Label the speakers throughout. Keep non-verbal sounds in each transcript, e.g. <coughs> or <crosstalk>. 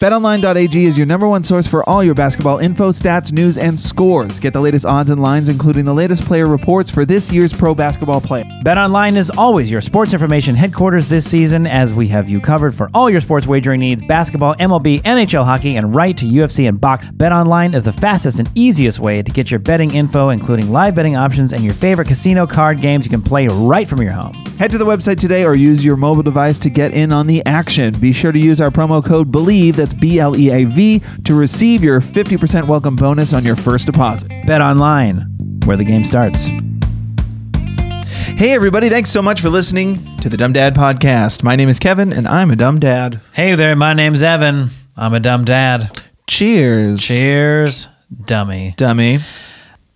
Speaker 1: BetOnline.ag is your number one source for all your basketball info, stats, news, and scores. Get the latest odds and lines, including the latest player reports for this year's pro basketball player.
Speaker 2: BetOnline is always your sports information headquarters this season, as we have you covered for all your sports wagering needs: basketball, MLB, NHL, hockey, and right to UFC and box. BetOnline is the fastest and easiest way to get your betting info, including live betting options and your favorite casino card games you can play right from your home.
Speaker 1: Head to the website today or use your mobile device to get in on the action. Be sure to use our promo code BELIEVE, that's B L E A V, to receive your 50% welcome bonus on your first deposit.
Speaker 2: BetOnline, where the game starts.
Speaker 1: Hey, everybody, thanks so much for listening to the Dumb Dad Podcast. My name is Kevin, and I'm a dumb dad.
Speaker 2: Hey there, my name's Evan. I'm a dumb dad.
Speaker 1: Cheers.
Speaker 2: Cheers, dummy.
Speaker 1: Dummy.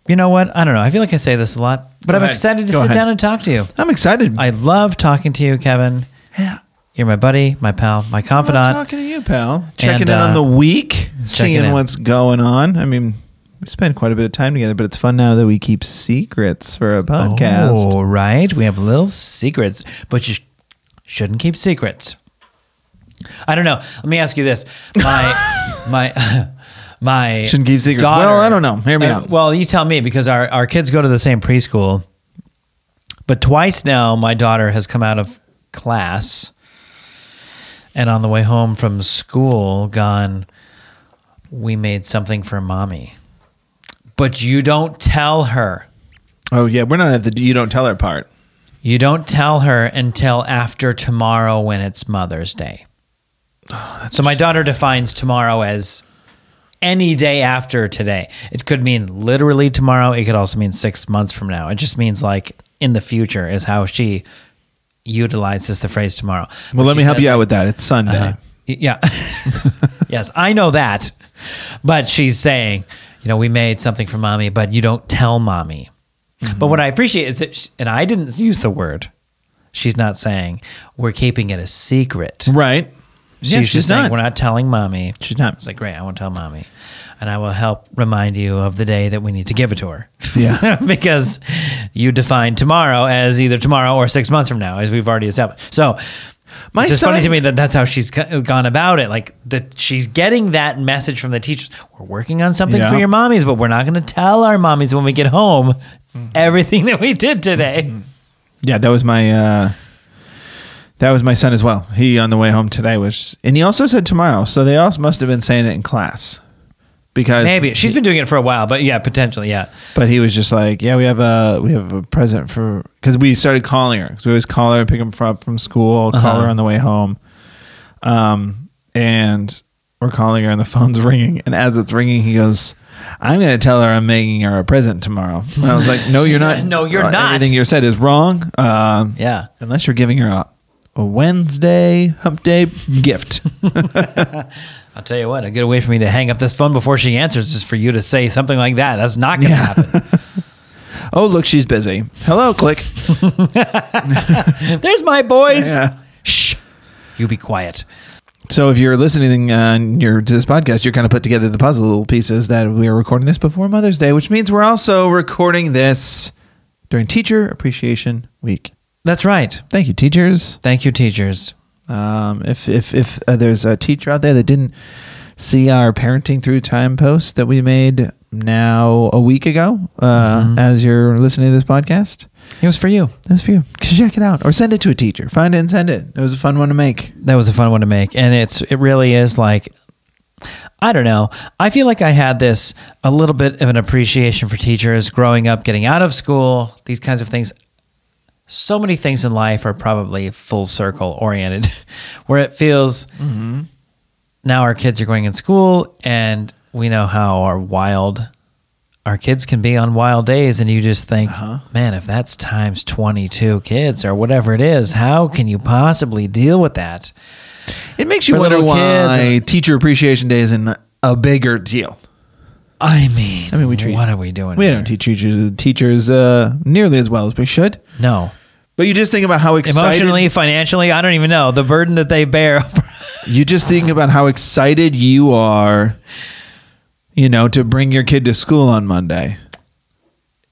Speaker 2: You know what? I don't know. I feel like I say this a lot, but I'm excited to
Speaker 1: Go
Speaker 2: sit
Speaker 1: ahead.
Speaker 2: down and talk to you.
Speaker 1: I'm excited.
Speaker 2: I love talking to you, Kevin.
Speaker 1: yeah.
Speaker 2: You're my buddy, my pal, my
Speaker 1: I'm
Speaker 2: confidant.
Speaker 1: talking to you, pal. Checking in
Speaker 2: uh,
Speaker 1: on the week,
Speaker 2: in.
Speaker 1: seeing what's going on. I mean, we spend quite a bit of time together, but it's fun now that we keep secrets for a podcast.
Speaker 2: All Oh, right, we have little secrets, but you sh- shouldn't keep secrets. I don't know. Let me ask you this: my
Speaker 1: <laughs>
Speaker 2: my <laughs> my
Speaker 1: Shouldn't keep secrets.
Speaker 2: daughter-
Speaker 1: Well, I don't know. Hear me
Speaker 2: Uh,
Speaker 1: out.
Speaker 2: Well, you tell me because our our kids go to the same preschool, but twice now my daughter has come out of class and on the way home from school gone. We made something for mommy, but you don't tell her.
Speaker 1: Oh yeah, we're not at the you don't tell her part.
Speaker 2: You don't tell her until after tomorrow when it's Mother's Day.
Speaker 1: Oh,
Speaker 2: so my daughter defines tomorrow as any day after today. It could mean literally tomorrow. It could also mean six months from now. It just means like in the future is how she utilizes the phrase tomorrow.
Speaker 1: Well,
Speaker 2: But
Speaker 1: let
Speaker 2: she
Speaker 1: me help
Speaker 2: says, Uh-huh.
Speaker 1: you out with that. It's Sunday.
Speaker 2: Y- Yeah. <laughs> yes, I know that. But she's saying, you know, we made something for mommy, but you don't tell mommy. But what I appreciate is that, sh and I didn't use the word. She's not saying we're keeping it a secret.
Speaker 1: Right?
Speaker 2: She's
Speaker 1: yeah,
Speaker 2: just
Speaker 1: she's
Speaker 2: saying
Speaker 1: not.
Speaker 2: we're not telling mommy.
Speaker 1: She's not.
Speaker 2: It's like great. I won't tell mommy, and I will help remind you of the day that we need to give it to her.
Speaker 1: Yeah.
Speaker 2: <laughs> because you define tomorrow as either tomorrow or six months from now, as we've already established. So
Speaker 1: My
Speaker 2: it's just funny
Speaker 1: son-
Speaker 2: to me that that's how she's go- gone about it. Like that she's getting that message from the teachers. We're working on something for
Speaker 1: Yeah.
Speaker 2: your mommies, but we're not going to tell our mommies when we get home
Speaker 1: Mm-hmm.
Speaker 2: everything <laughs> that we did today.
Speaker 1: Yeah, that was my uh that was my son as well. He on the way home today was and he also said tomorrow, so they also must have been saying it in class. Because
Speaker 2: Maybe she's been doing it for a while, but yeah, potentially, yeah.
Speaker 1: But he was just like, "Yeah, we have a we have a present for because we started calling her because we always call her, pick him up from school, call
Speaker 2: Uh-huh.
Speaker 1: her on the way home, um, and we're calling her and the <laughs> phone's ringing. And as it's ringing, he goes." I'm going to tell her I'm making her a present tomorrow. And I was like, "No, you're not.
Speaker 2: <laughs>
Speaker 1: Uh,
Speaker 2: No, you're not.
Speaker 1: Everything you said is wrong. Um,
Speaker 2: Yeah.
Speaker 1: unless you're giving her a, a Wednesday hump day gift. <laughs>
Speaker 2: I'll tell you what, a good way for me to hang up this phone before she answers is for you to say something like that. That's not going to happen.
Speaker 1: oh, look, she's busy. Hello, click.
Speaker 2: There's my boys.
Speaker 1: Yeah.
Speaker 2: Shh. You be quiet.
Speaker 1: So if you're listening on your to this podcast, you're kind of put together the puzzle pieces that we are recording this before Mother's Day, which means we're also recording this during Teacher Appreciation Week.
Speaker 2: That's right.
Speaker 1: Thank you, teachers.
Speaker 2: Thank you, teachers.
Speaker 1: Um, if if if uh, there's a teacher out there that didn't see our parenting through time post that we made now a week ago, uh, as you're listening to this podcast,
Speaker 2: It was for you.
Speaker 1: that's for you. Check it out or send it to a teacher. Find it and send it. It was a fun one to make.
Speaker 2: That was a fun one to make. And it's it really is like I don't know. I feel like I had this a little bit of an appreciation for teachers growing up, getting out of school, these kinds of things. So many things in life are probably full circle oriented, <laughs> where it feels now our kids are going in school and we know how our wild our kids can be on wild days and you just think
Speaker 1: Uh-huh.
Speaker 2: man if that's times 22 kids or whatever it is how can you possibly deal with that
Speaker 1: It makes you
Speaker 2: For
Speaker 1: wonder
Speaker 2: little
Speaker 1: why
Speaker 2: kids.
Speaker 1: Teacher Appreciation Day isn't a bigger deal.
Speaker 2: i mean
Speaker 1: I mean, we treat-
Speaker 2: what are we doing
Speaker 1: We
Speaker 2: here?
Speaker 1: don't teach teachers teachers uh, nearly as well as we should.
Speaker 2: no
Speaker 1: But you just think about how excited
Speaker 2: emotionally financially i don't even know the burden that they bear <laughs>
Speaker 1: you just think about how excited you are you know, to bring your kid to school on Monday.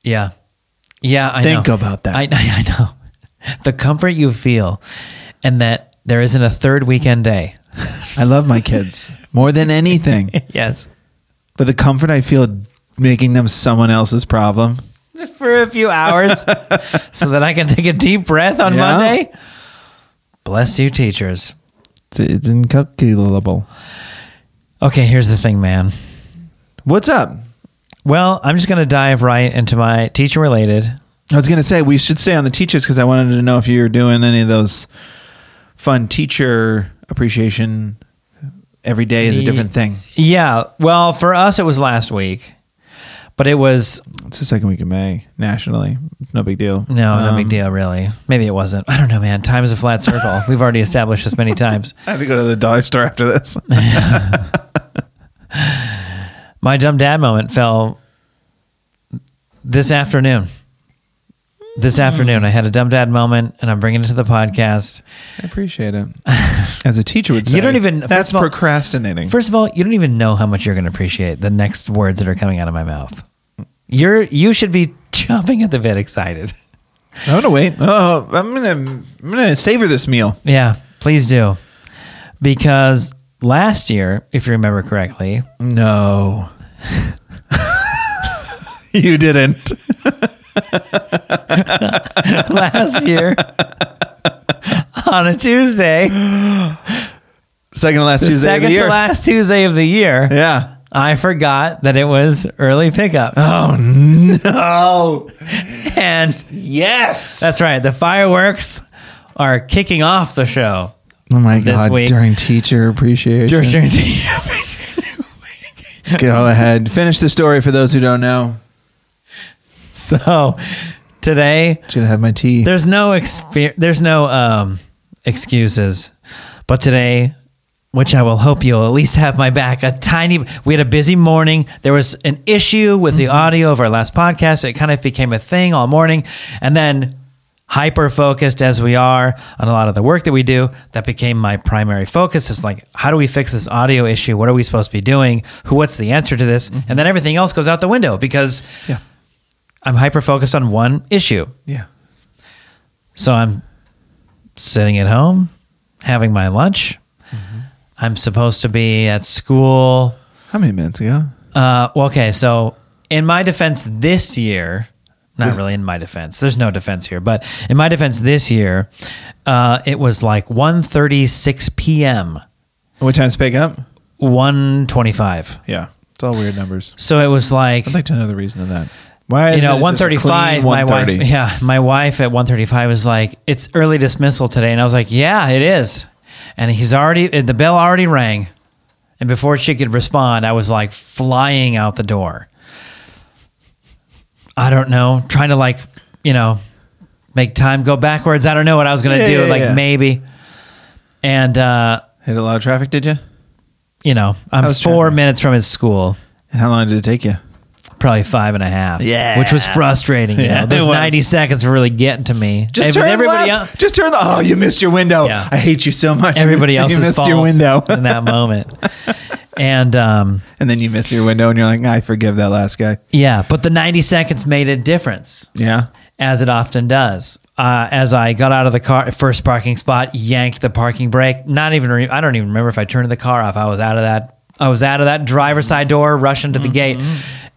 Speaker 2: Yeah. Yeah, I
Speaker 1: Think
Speaker 2: know.
Speaker 1: about that.
Speaker 2: I, <laughs> I know. The comfort you feel and that there isn't a third
Speaker 1: <laughs>
Speaker 2: weekend day.
Speaker 1: I love my kids <laughs> more than anything,
Speaker 2: yes.
Speaker 1: but the comfort I feel making them someone else's problem.
Speaker 2: <laughs> For a few
Speaker 1: <laughs>
Speaker 2: hours so that I can take a deep breath on
Speaker 1: Yeah.
Speaker 2: Monday. Bless you, teachers.
Speaker 1: It's, it's incalculable.
Speaker 2: Okay, here's the thing, man.
Speaker 1: What's up?
Speaker 2: Well, I'm just going to dive right into my teacher related.
Speaker 1: I was gonna say we should stay on the teachers because I wanted to know if you were doing any of those fun teacher appreciation. Every day is a different thing.
Speaker 2: Yeah. Well, for us, it was last week, but it was
Speaker 1: It's the second week of May nationally. No big deal.
Speaker 2: no, no big
Speaker 1: Um,
Speaker 2: deal, really. Maybe it wasn't. I don't know, man. Time is a
Speaker 1: <laughs>
Speaker 2: flat circle. We've already established this many times.
Speaker 1: I have to go to the dollar store after
Speaker 2: <laughs>
Speaker 1: this.
Speaker 2: My dumb dad moment fell this afternoon. This
Speaker 1: Hmm.
Speaker 2: afternoon, I had a dumb dad moment, and I'm bringing it to the podcast.
Speaker 1: I appreciate it. As a teacher
Speaker 2: <laughs>
Speaker 1: would say,
Speaker 2: don't even-
Speaker 1: That's
Speaker 2: first of all-
Speaker 1: procrastinating.
Speaker 2: First of all, you don't even know how much you're going to appreciate the next words that are coming out of my mouth. You're you should be <laughs> jumping at the bit, excited.
Speaker 1: I'm gonna wait. Oh, I'm gonna I'm gonna savor this meal.
Speaker 2: Yeah, please do. Because last year, if you remember correctly,
Speaker 1: No, <laughs> you
Speaker 2: <laughs>
Speaker 1: didn't.
Speaker 2: last year on a Tuesday,
Speaker 1: Second to last
Speaker 2: the
Speaker 1: Tuesday
Speaker 2: second
Speaker 1: of the year.
Speaker 2: to last Tuesday of the year,
Speaker 1: Yeah.
Speaker 2: I forgot that it was early pickup.
Speaker 1: Oh no.
Speaker 2: and
Speaker 1: Yes.
Speaker 2: that's right, the fireworks are kicking off the show.
Speaker 1: oh my
Speaker 2: this
Speaker 1: god.
Speaker 2: week.
Speaker 1: During teacher appreciation. Go ahead. Finish the story for those who don't know.
Speaker 2: <laughs> so today,
Speaker 1: Should have my tea.
Speaker 2: there's no exper- there's no um, excuses but today which i will hope you'll at least have my back a tiny we had a busy morning there was an issue with the audio of our last podcast it kind of became a thing all morning and then hyper focused as we are on a lot of the work that we do that became my primary focus is like how do we fix this audio issue what are we supposed to be doing who what's the answer to this and then everything else goes out the window because
Speaker 1: Yeah.
Speaker 2: i'm hyper focused on one issue
Speaker 1: Yeah.
Speaker 2: so I'm sitting at home having my lunch. I'm supposed to be at school.
Speaker 1: How many minutes ago?
Speaker 2: Uh, well, okay, so in my defense this year, not really in my defense. There's no defense here, but in my defense this year, uh, it was like 1:36 p.m.
Speaker 1: What time's pick up?
Speaker 2: 1:25.
Speaker 1: Yeah. It's all weird numbers.
Speaker 2: So it was like
Speaker 1: I'd like to know the reason of that. Why
Speaker 2: you know,
Speaker 1: it
Speaker 2: one
Speaker 1: just a clean
Speaker 2: thirty-five. My wife,
Speaker 1: 1:30?
Speaker 2: yeah, my wife at one thirty-five was like, "It's early dismissal today," and I was like, "Yeah, it is." And he's already the bell already rang, and before she could respond, I was like flying out the door. I don't know, trying to like, you know, make time go backwards. I don't know what I was gonna
Speaker 1: Yeah,
Speaker 2: do,
Speaker 1: yeah,
Speaker 2: like
Speaker 1: yeah.
Speaker 2: maybe, and uh,
Speaker 1: Hit a lot of traffic, did you?
Speaker 2: you know,
Speaker 1: I
Speaker 2: I'm
Speaker 1: was
Speaker 2: four
Speaker 1: trying to-
Speaker 2: minutes from his school.
Speaker 1: And how long did it take you?
Speaker 2: probably five and a half.
Speaker 1: Yeah.
Speaker 2: which was frustrating. You
Speaker 1: Yeah,
Speaker 2: know, those
Speaker 1: it was.
Speaker 2: ninety seconds were really getting to me. It
Speaker 1: Just
Speaker 2: was
Speaker 1: turn
Speaker 2: el-
Speaker 1: left. Just turn the. Oh, you missed your window.
Speaker 2: Yeah.
Speaker 1: I hate you so much.
Speaker 2: everybody else's
Speaker 1: <laughs> you missed
Speaker 2: fault
Speaker 1: your window,
Speaker 2: <laughs> in that moment. And um,
Speaker 1: and then you miss your window, and you're like, I forgive that last guy.
Speaker 2: yeah, but the ninety seconds made a difference,
Speaker 1: Yeah.
Speaker 2: as it often does. Uh, as I got out of the car, first parking spot, yanked the parking brake. Not even re- I don't even remember if I turned the car off. I was out of that. I was out of that driver's side door, rushing to
Speaker 1: Mm-hmm.
Speaker 2: the gate,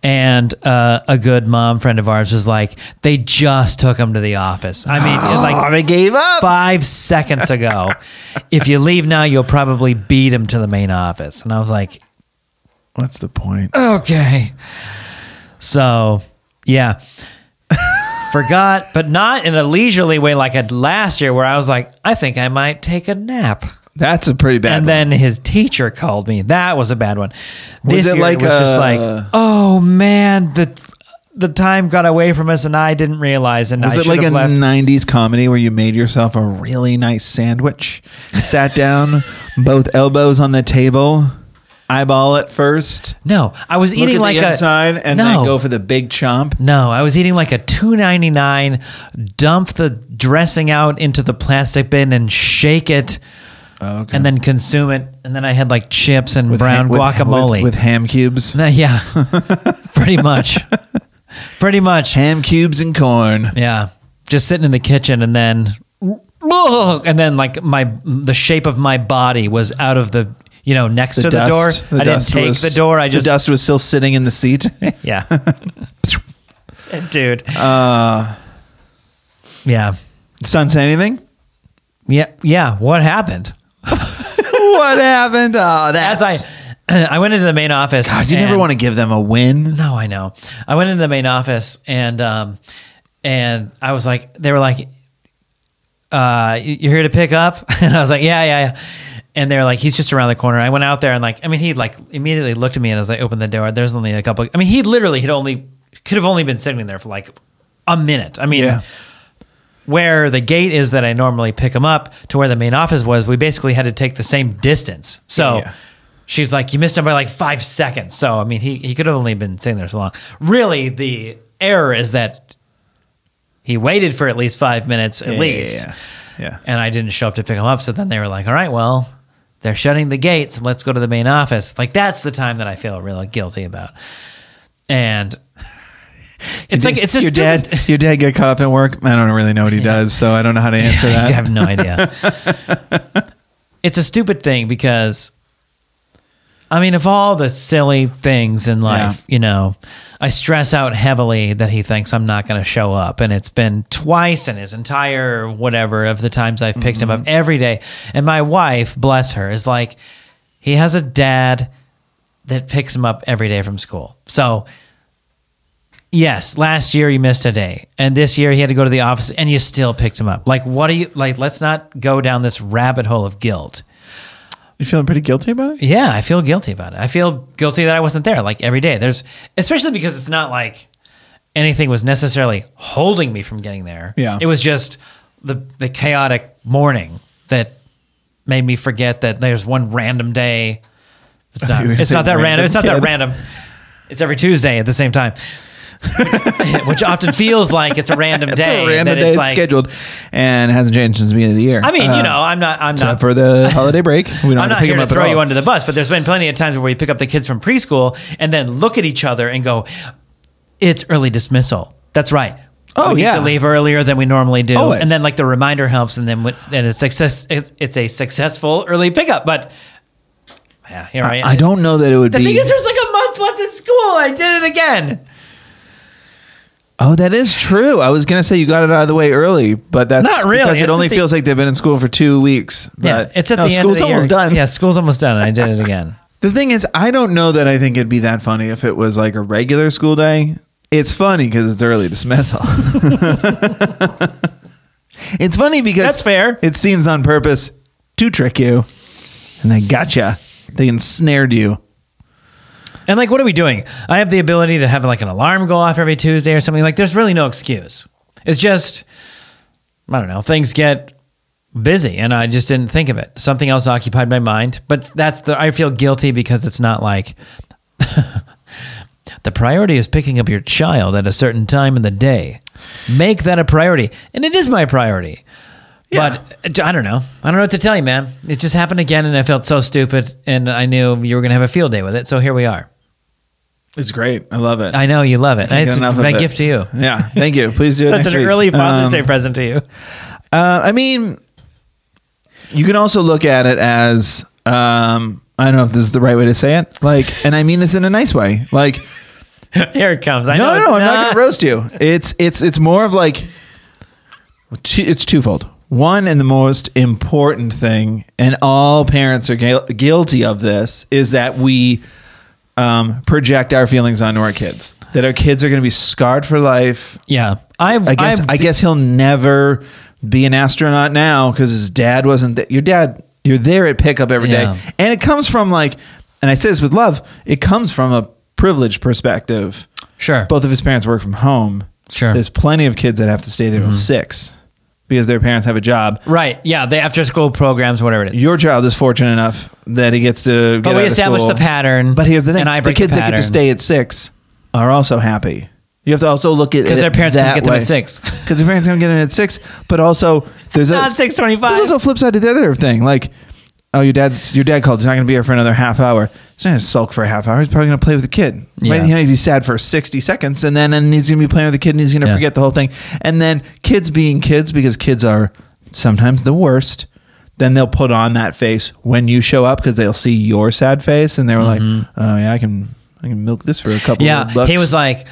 Speaker 2: and uh, a good mom friend of ours was like, "They just took him to the office." I mean, it, like
Speaker 1: oh, they gave up.
Speaker 2: five seconds ago.
Speaker 1: <laughs>
Speaker 2: if you leave now, you'll probably beat him to the main office. And I was like,
Speaker 1: What's the point?
Speaker 2: okay. So, yeah. Forgot, but not in a leisurely way like at last year where I was like, I think I might take a nap.
Speaker 1: That's a pretty bad.
Speaker 2: And
Speaker 1: one.
Speaker 2: then his teacher called me. That was a bad one.
Speaker 1: Was
Speaker 2: This
Speaker 1: it
Speaker 2: year
Speaker 1: like
Speaker 2: was just
Speaker 1: a-
Speaker 2: like, oh man, the the time got away from us and I didn't realize and
Speaker 1: was
Speaker 2: I
Speaker 1: it
Speaker 2: should
Speaker 1: like a
Speaker 2: have left.
Speaker 1: '90s comedy where you made yourself a really nice sandwich, sat down, <laughs> both elbows on the table, eyeball at first,
Speaker 2: no, I was
Speaker 1: look
Speaker 2: eating
Speaker 1: at
Speaker 2: like
Speaker 1: the
Speaker 2: a
Speaker 1: inside, and
Speaker 2: No.
Speaker 1: then go for the big chomp?
Speaker 2: No, I was eating like a two ninety nine. Dump the dressing out into the plastic bin and shake it
Speaker 1: Oh, okay.
Speaker 2: and then consume it. And then I had like chips and
Speaker 1: With
Speaker 2: brown
Speaker 1: ha- with-
Speaker 2: guacamole.
Speaker 1: with, with ham cubes,
Speaker 2: No, <laughs> yeah, pretty much, pretty much.
Speaker 1: ham cubes and corn.
Speaker 2: Yeah, just sitting in the kitchen, and then, <laughs> and then like my the shape of my body was out of the you know next to the door. I didn't take
Speaker 1: was-
Speaker 2: the door. I just
Speaker 1: the dust was still sitting in the
Speaker 2: <laughs>
Speaker 1: seat. <laughs>
Speaker 2: yeah, dude.
Speaker 1: Uh,
Speaker 2: Yeah,
Speaker 1: son, say anything?
Speaker 2: yeah, yeah. What happened?
Speaker 1: what happened? Oh, that's
Speaker 2: As I <clears throat> I went into the main office.
Speaker 1: God, you never
Speaker 2: and-
Speaker 1: want to give them a win.
Speaker 2: No, I know. I went into the main office and um, and I was like, they were like, uh, you- you're here to pick up, <laughs> and I was like, yeah, yeah, yeah. And they're like, he's just around the corner. I went out there and like, I mean, he like immediately looked at me and as I opened the door, there's only a couple. I mean, he literally had only could have only been sitting there for like a minute. I mean.
Speaker 1: Yeah.
Speaker 2: Where the gate is that I normally pick him up to where the main office was, we basically had to take the same distance. So
Speaker 1: Yeah.
Speaker 2: she's like, you missed him by like five seconds. So I mean, he he could have only been sitting there so long. Really, the error is that he waited for at least five minutes at
Speaker 1: Yeah,
Speaker 2: least,
Speaker 1: yeah, yeah.
Speaker 2: and I didn't show up to pick him up. So then they were like, all right, well, they're shutting the gates. Let's go to the main office. Like that's the time that I feel really guilty about, and. It's like it's just
Speaker 1: your
Speaker 2: stupid.
Speaker 1: dad. Your dad got caught up in work. I don't really know what he does, so I don't know how to answer
Speaker 2: I
Speaker 1: that.
Speaker 2: have no idea.
Speaker 1: <laughs>
Speaker 2: it's a stupid thing because, I mean, of all the silly things in life, you know, I stress out heavily that he thinks I'm not going to show up. And it's been twice in his entire whatever of the times I've picked him up every day. And my wife, bless her, is like, he has a dad that picks him up every day from school. So, Yes, last year you missed a day, and this year he had to go to the office, and you still picked him up. Like, what do you like? Let's not go down this rabbit hole of guilt.
Speaker 1: You feeling pretty guilty about it?
Speaker 2: Yeah, I feel guilty about it. I feel guilty that I wasn't there. Like every day, there's especially because it's not like anything was necessarily holding me from getting there.
Speaker 1: Yeah.
Speaker 2: it was just the the chaotic morning that made me forget that there's one random day. It's not.
Speaker 1: <laughs> You were
Speaker 2: It's
Speaker 1: gonna
Speaker 2: not
Speaker 1: say
Speaker 2: that random.
Speaker 1: random
Speaker 2: It's not that
Speaker 1: kid.
Speaker 2: random. It's every Tuesday at the
Speaker 1: <laughs>
Speaker 2: same time. Which often feels like it's a random
Speaker 1: It's
Speaker 2: day.
Speaker 1: a random
Speaker 2: that
Speaker 1: day
Speaker 2: it's
Speaker 1: it's
Speaker 2: like,
Speaker 1: scheduled, and it hasn't changed since the beginning of the year.
Speaker 2: I mean,
Speaker 1: Uh,
Speaker 2: you know, I'm not. I'm
Speaker 1: except
Speaker 2: not
Speaker 1: for
Speaker 2: <laughs>
Speaker 1: the holiday break, we don't have
Speaker 2: I'm
Speaker 1: to
Speaker 2: not
Speaker 1: pick
Speaker 2: here
Speaker 1: him
Speaker 2: to
Speaker 1: up at
Speaker 2: throw you
Speaker 1: all.
Speaker 2: under the bus, but there's been plenty of times where we pick up the kids from preschool and then look at each other and go, "It's early dismissal." That's right.
Speaker 1: Oh,
Speaker 2: we
Speaker 1: yeah.
Speaker 2: need to leave earlier than we normally do,
Speaker 1: Always.
Speaker 2: and then like the reminder helps, and then wi- and it's success. It's, it's a successful early pickup, but yeah, here I am.
Speaker 1: I don't know that it would
Speaker 2: The
Speaker 1: be.
Speaker 2: thing is, there's like a month left in school. I did it again.
Speaker 1: oh, that is true. I was gonna say you got it out of the way early, but that's
Speaker 2: Not really.
Speaker 1: because
Speaker 2: It's
Speaker 1: it
Speaker 2: at
Speaker 1: only
Speaker 2: the-
Speaker 1: feels like they've been in school for two weeks.
Speaker 2: Yeah,
Speaker 1: But-
Speaker 2: it's at
Speaker 1: no,
Speaker 2: the end.
Speaker 1: School's
Speaker 2: of the year.
Speaker 1: almost done.
Speaker 2: Yeah, school's almost done, and I did it
Speaker 1: <laughs>
Speaker 2: again.
Speaker 1: The thing is, I don't know that I think it'd be that funny if it was like a regular school day. It's funny because it's early dismissal. <laughs> it's funny because
Speaker 2: That's fair.
Speaker 1: It seems on purpose to trick you, and they gotcha. They ensnared you.
Speaker 2: And like, what are we doing? I have the ability to have like an alarm go off every Tuesday or something. Like, there's really no excuse. It's just, I don't know, things get busy and I just didn't think of it. Something else occupied my mind. But that's the, I feel guilty because it's not like <laughs> the priority is picking up your child at a certain time in the day. Make that a priority. And it is my priority.
Speaker 1: Yeah.
Speaker 2: But I don't know. I don't know what to tell you, man. It just happened again and I felt so stupid and I knew you were going to have a field day with it. So here we are.
Speaker 1: It's great. I love it.
Speaker 2: I know you love it.
Speaker 1: Can't
Speaker 2: It's
Speaker 1: get enough of
Speaker 2: my
Speaker 1: it.
Speaker 2: gift to you.
Speaker 1: Yeah, thank you. Please do it
Speaker 2: <laughs> Such
Speaker 1: next
Speaker 2: an
Speaker 1: week.
Speaker 2: early
Speaker 1: Um,
Speaker 2: Father's Day present to you. <laughs>
Speaker 1: Uh, I mean, you can also look at it as um, I don't know if this is the right way to say it. Like, and I mean this in a nice way. Like,
Speaker 2: Here it comes. I know
Speaker 1: no,
Speaker 2: it's
Speaker 1: no, I'm not going to roast you. It's it's it's more of like two, it's twofold. One and the most important thing, and all parents are guil- guilty of this, is that we um, project our feelings onto our kids. That our kids are going to be scarred for life.
Speaker 2: Yeah, I've,
Speaker 1: I guess
Speaker 2: I've,
Speaker 1: i guess he'll never be an astronaut now because his dad wasn't there. Your dad, you're there at pickup every day,
Speaker 2: Yeah.
Speaker 1: and it comes from like, and I say this with love. It comes from a privileged perspective.
Speaker 2: sure.
Speaker 1: Both of his parents work from home.
Speaker 2: Sure. Mm-hmm.
Speaker 1: there's plenty of kids that have to stay there till six because their parents have a job.
Speaker 2: Right. Yeah, the after school programs, whatever it is.
Speaker 1: Your child is fortunate enough that he gets to. Get
Speaker 2: But we
Speaker 1: out of
Speaker 2: established
Speaker 1: school.
Speaker 2: the pattern.
Speaker 1: But here's the thing:
Speaker 2: and I
Speaker 1: the
Speaker 2: break
Speaker 1: kids that get to
Speaker 2: pattern.
Speaker 1: stay at six are also happy. You have to also look at
Speaker 2: 'Cause their parents
Speaker 1: can
Speaker 2: couldn't get them at
Speaker 1: <laughs>
Speaker 2: six.
Speaker 1: Because their parents don't get in at six, but also there's
Speaker 2: <laughs> Not
Speaker 1: a
Speaker 2: 6:25.
Speaker 1: There's also a flip side to the other thing. Like oh, your dad's your dad called. He's not going to be here for another half hour. He's not going to sulk for a half hour. He's probably going to play with the kid.
Speaker 2: Yeah.
Speaker 1: Right? He might be sad for sixty seconds, and then and he's going to be playing with the kid, and he's going to
Speaker 2: Yeah.
Speaker 1: forget the whole thing. And then kids being kids because kids are sometimes the worst. Then they'll put on that face when you show up because they'll see your sad face, and they were like, "Oh yeah, I can." I can milk this for a couple.
Speaker 2: Mm-hmm. Yeah,
Speaker 1: of bucks.
Speaker 2: he was like,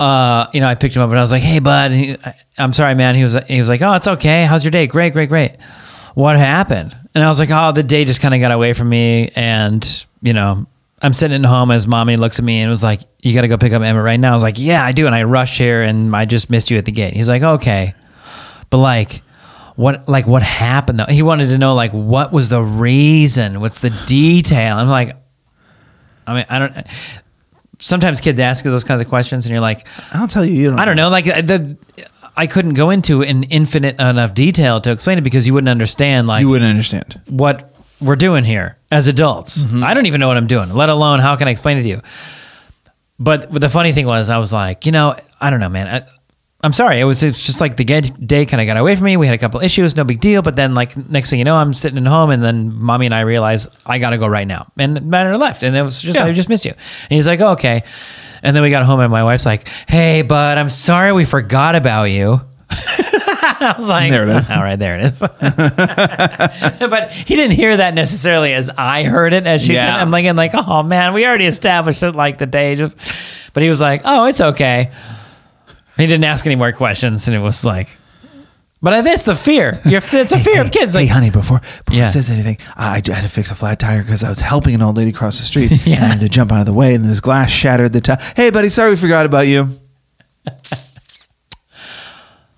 Speaker 2: uh, you know, I picked him up and I was like, "Hey, bud, and he, I, I'm sorry, man." He was he was like, "Oh, it's okay. How's your day? Great, great, great. What happened?" And I was like, "Oh, the day just kind of got away from me, and you know." I'm sitting at home as mommy looks at me and was like, You got to go pick up Emma right now. I was like, Yeah, I do. And I rushed here and I just missed you at the gate. He's like, Okay. But like, what like what happened though? He wanted to know like what was the reason? What's the detail? I'm like, I mean, I don't. Sometimes kids ask you those kinds of questions, and you're like,
Speaker 1: I'll tell you. You don't.
Speaker 2: I don't know. Like uh, the, I couldn't go into an infinite enough detail to explain it because you wouldn't understand. Like
Speaker 1: You wouldn't understand.
Speaker 2: what we're doing here as adults. I don't even know what I'm doing, let alone how can I explain it to you. But the funny thing was, I was like, you know, I don't know, man. I, I'm sorry. It was it's just like the get- day kind of got away from me. We had a couple issues, no big deal. But then, like next thing you know, I'm sitting at home, and then mommy and I realize I gotta go right now, and matter left, and it was just
Speaker 1: Yeah.
Speaker 2: I just missed you. And he's like, oh, okay. And then we got home, and my wife's like, hey, bud, I'm sorry we forgot about you. I was like,
Speaker 1: There it is.
Speaker 2: <laughs> All right, there it is.
Speaker 1: <laughs>
Speaker 2: <laughs> but he didn't hear that necessarily as I heard it. As she
Speaker 1: Yeah.
Speaker 2: said, I'm thinking like, oh man, we already established it like the day. Just, but he was like, oh, it's okay. He didn't ask any more questions, and it was like, but that's the fear. You're, it's a fear of kids.
Speaker 1: hey,
Speaker 2: Like,
Speaker 1: honey, before, before
Speaker 2: Yeah.
Speaker 1: he says anything, I, I had to fix a flat tire because I was helping an old lady cross the
Speaker 2: <laughs>
Speaker 1: street. and I
Speaker 2: Yeah.
Speaker 1: had to jump out of the way, and this glass shattered the tire. Hey, buddy, sorry we forgot about you.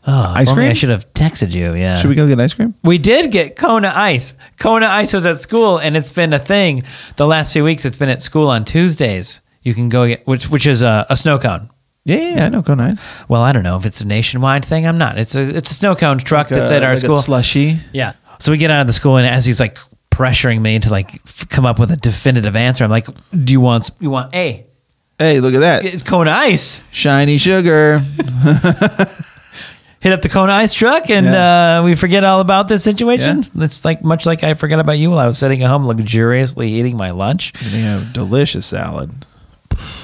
Speaker 2: oh,
Speaker 1: ice
Speaker 2: if only I
Speaker 1: cream?
Speaker 2: should have texted you. Yeah.
Speaker 1: Should we go get ice cream?
Speaker 2: We did get Kona Ice. Kona Ice was at school, and it's been a thing the last few weeks. It's been at school on Tuesdays. You can go get which, which is a, a snow cone.
Speaker 1: Yeah, yeah, yeah, I know. Go nice.
Speaker 2: Well, I don't know if it's a nationwide thing. I'm not. It's a it's a snow cone truck that's at our
Speaker 1: Uh, like
Speaker 2: school.
Speaker 1: A slushy.
Speaker 2: yeah. So we get out of the school, and as he's like pressuring me to like f- come up with a definitive answer, I'm like, "Do you want s- you want a
Speaker 1: Hey, look at that
Speaker 2: get Kona Ice?
Speaker 1: shiny <laughs> sugar.
Speaker 2: Hit up the Kona Ice truck, and uh, we forget all about this situation. It's like much like I forgot about you while I was sitting at home luxuriously eating my lunch.
Speaker 1: They have delicious salad.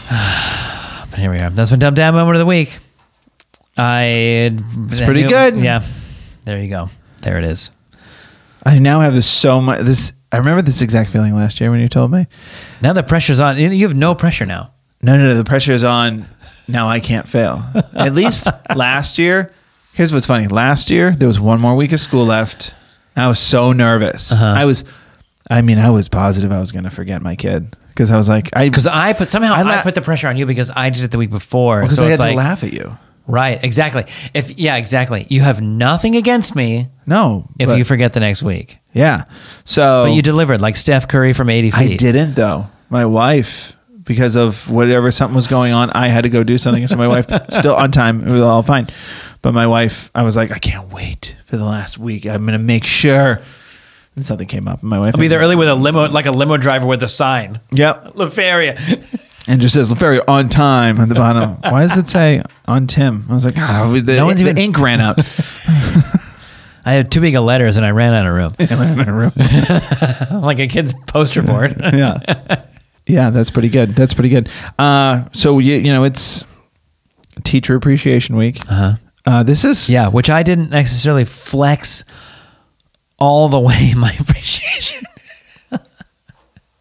Speaker 2: But here we are. That's my dumb dad moment of the week. I it's
Speaker 1: pretty good.
Speaker 2: Yeah. There you go. There it is.
Speaker 1: I now have this so much. This I remember this exact feeling last year when you told me.
Speaker 2: Now the pressure's on. You- You have no pressure now.
Speaker 1: No, no, no. The pressure is on. Now I can't
Speaker 2: <laughs>
Speaker 1: fail. At least last year, here's what's funny. Last year, there was one more week of school left. I was so nervous.
Speaker 2: Uh-huh.
Speaker 1: I was, I mean, I was positive I was going to forget my kid because I was like, I,
Speaker 2: Because I put somehow I,
Speaker 1: I la-
Speaker 2: put the pressure on you because I did it the week before.
Speaker 1: because
Speaker 2: so
Speaker 1: Oh, I had
Speaker 2: it's like,
Speaker 1: to laugh at you.
Speaker 2: Right, exactly. If yeah, exactly. You have nothing against me
Speaker 1: No.
Speaker 2: if
Speaker 1: but-
Speaker 2: you forget the next week.
Speaker 1: yeah. So
Speaker 2: But you delivered like Steph Curry from eighty feet.
Speaker 1: Oh. I didn't though. My wife, because of whatever something was going on, I had to go do something. So my
Speaker 2: <laughs>
Speaker 1: wife still on time. It was all fine. But my wife, I was like, I can't wait for the last week. I'm gonna make sure. And something came up. and My wife.
Speaker 2: I'll be there early with a limo, like a limo driver with a sign. <laughs>
Speaker 1: Yep.
Speaker 2: Lefaria. <laughs>
Speaker 1: And just says Leferrier on time at the bottom. Why does it say on Tim? I was like, ah, the,
Speaker 2: No one's
Speaker 1: the
Speaker 2: even-
Speaker 1: ink ran
Speaker 2: <laughs>
Speaker 1: out.
Speaker 2: I had too big of letters and I ran out
Speaker 1: <laughs>
Speaker 2: of room, <laughs>
Speaker 1: And I went in a room.
Speaker 2: like a kid's poster board.
Speaker 1: yeah. Yeah, that's pretty good. That's pretty good. Uh, so you, you know, it's teacher appreciation week. Uh-huh. this is
Speaker 2: <laughs> Yeah, which I didn't necessarily flex all the way <laughs> my appreciation.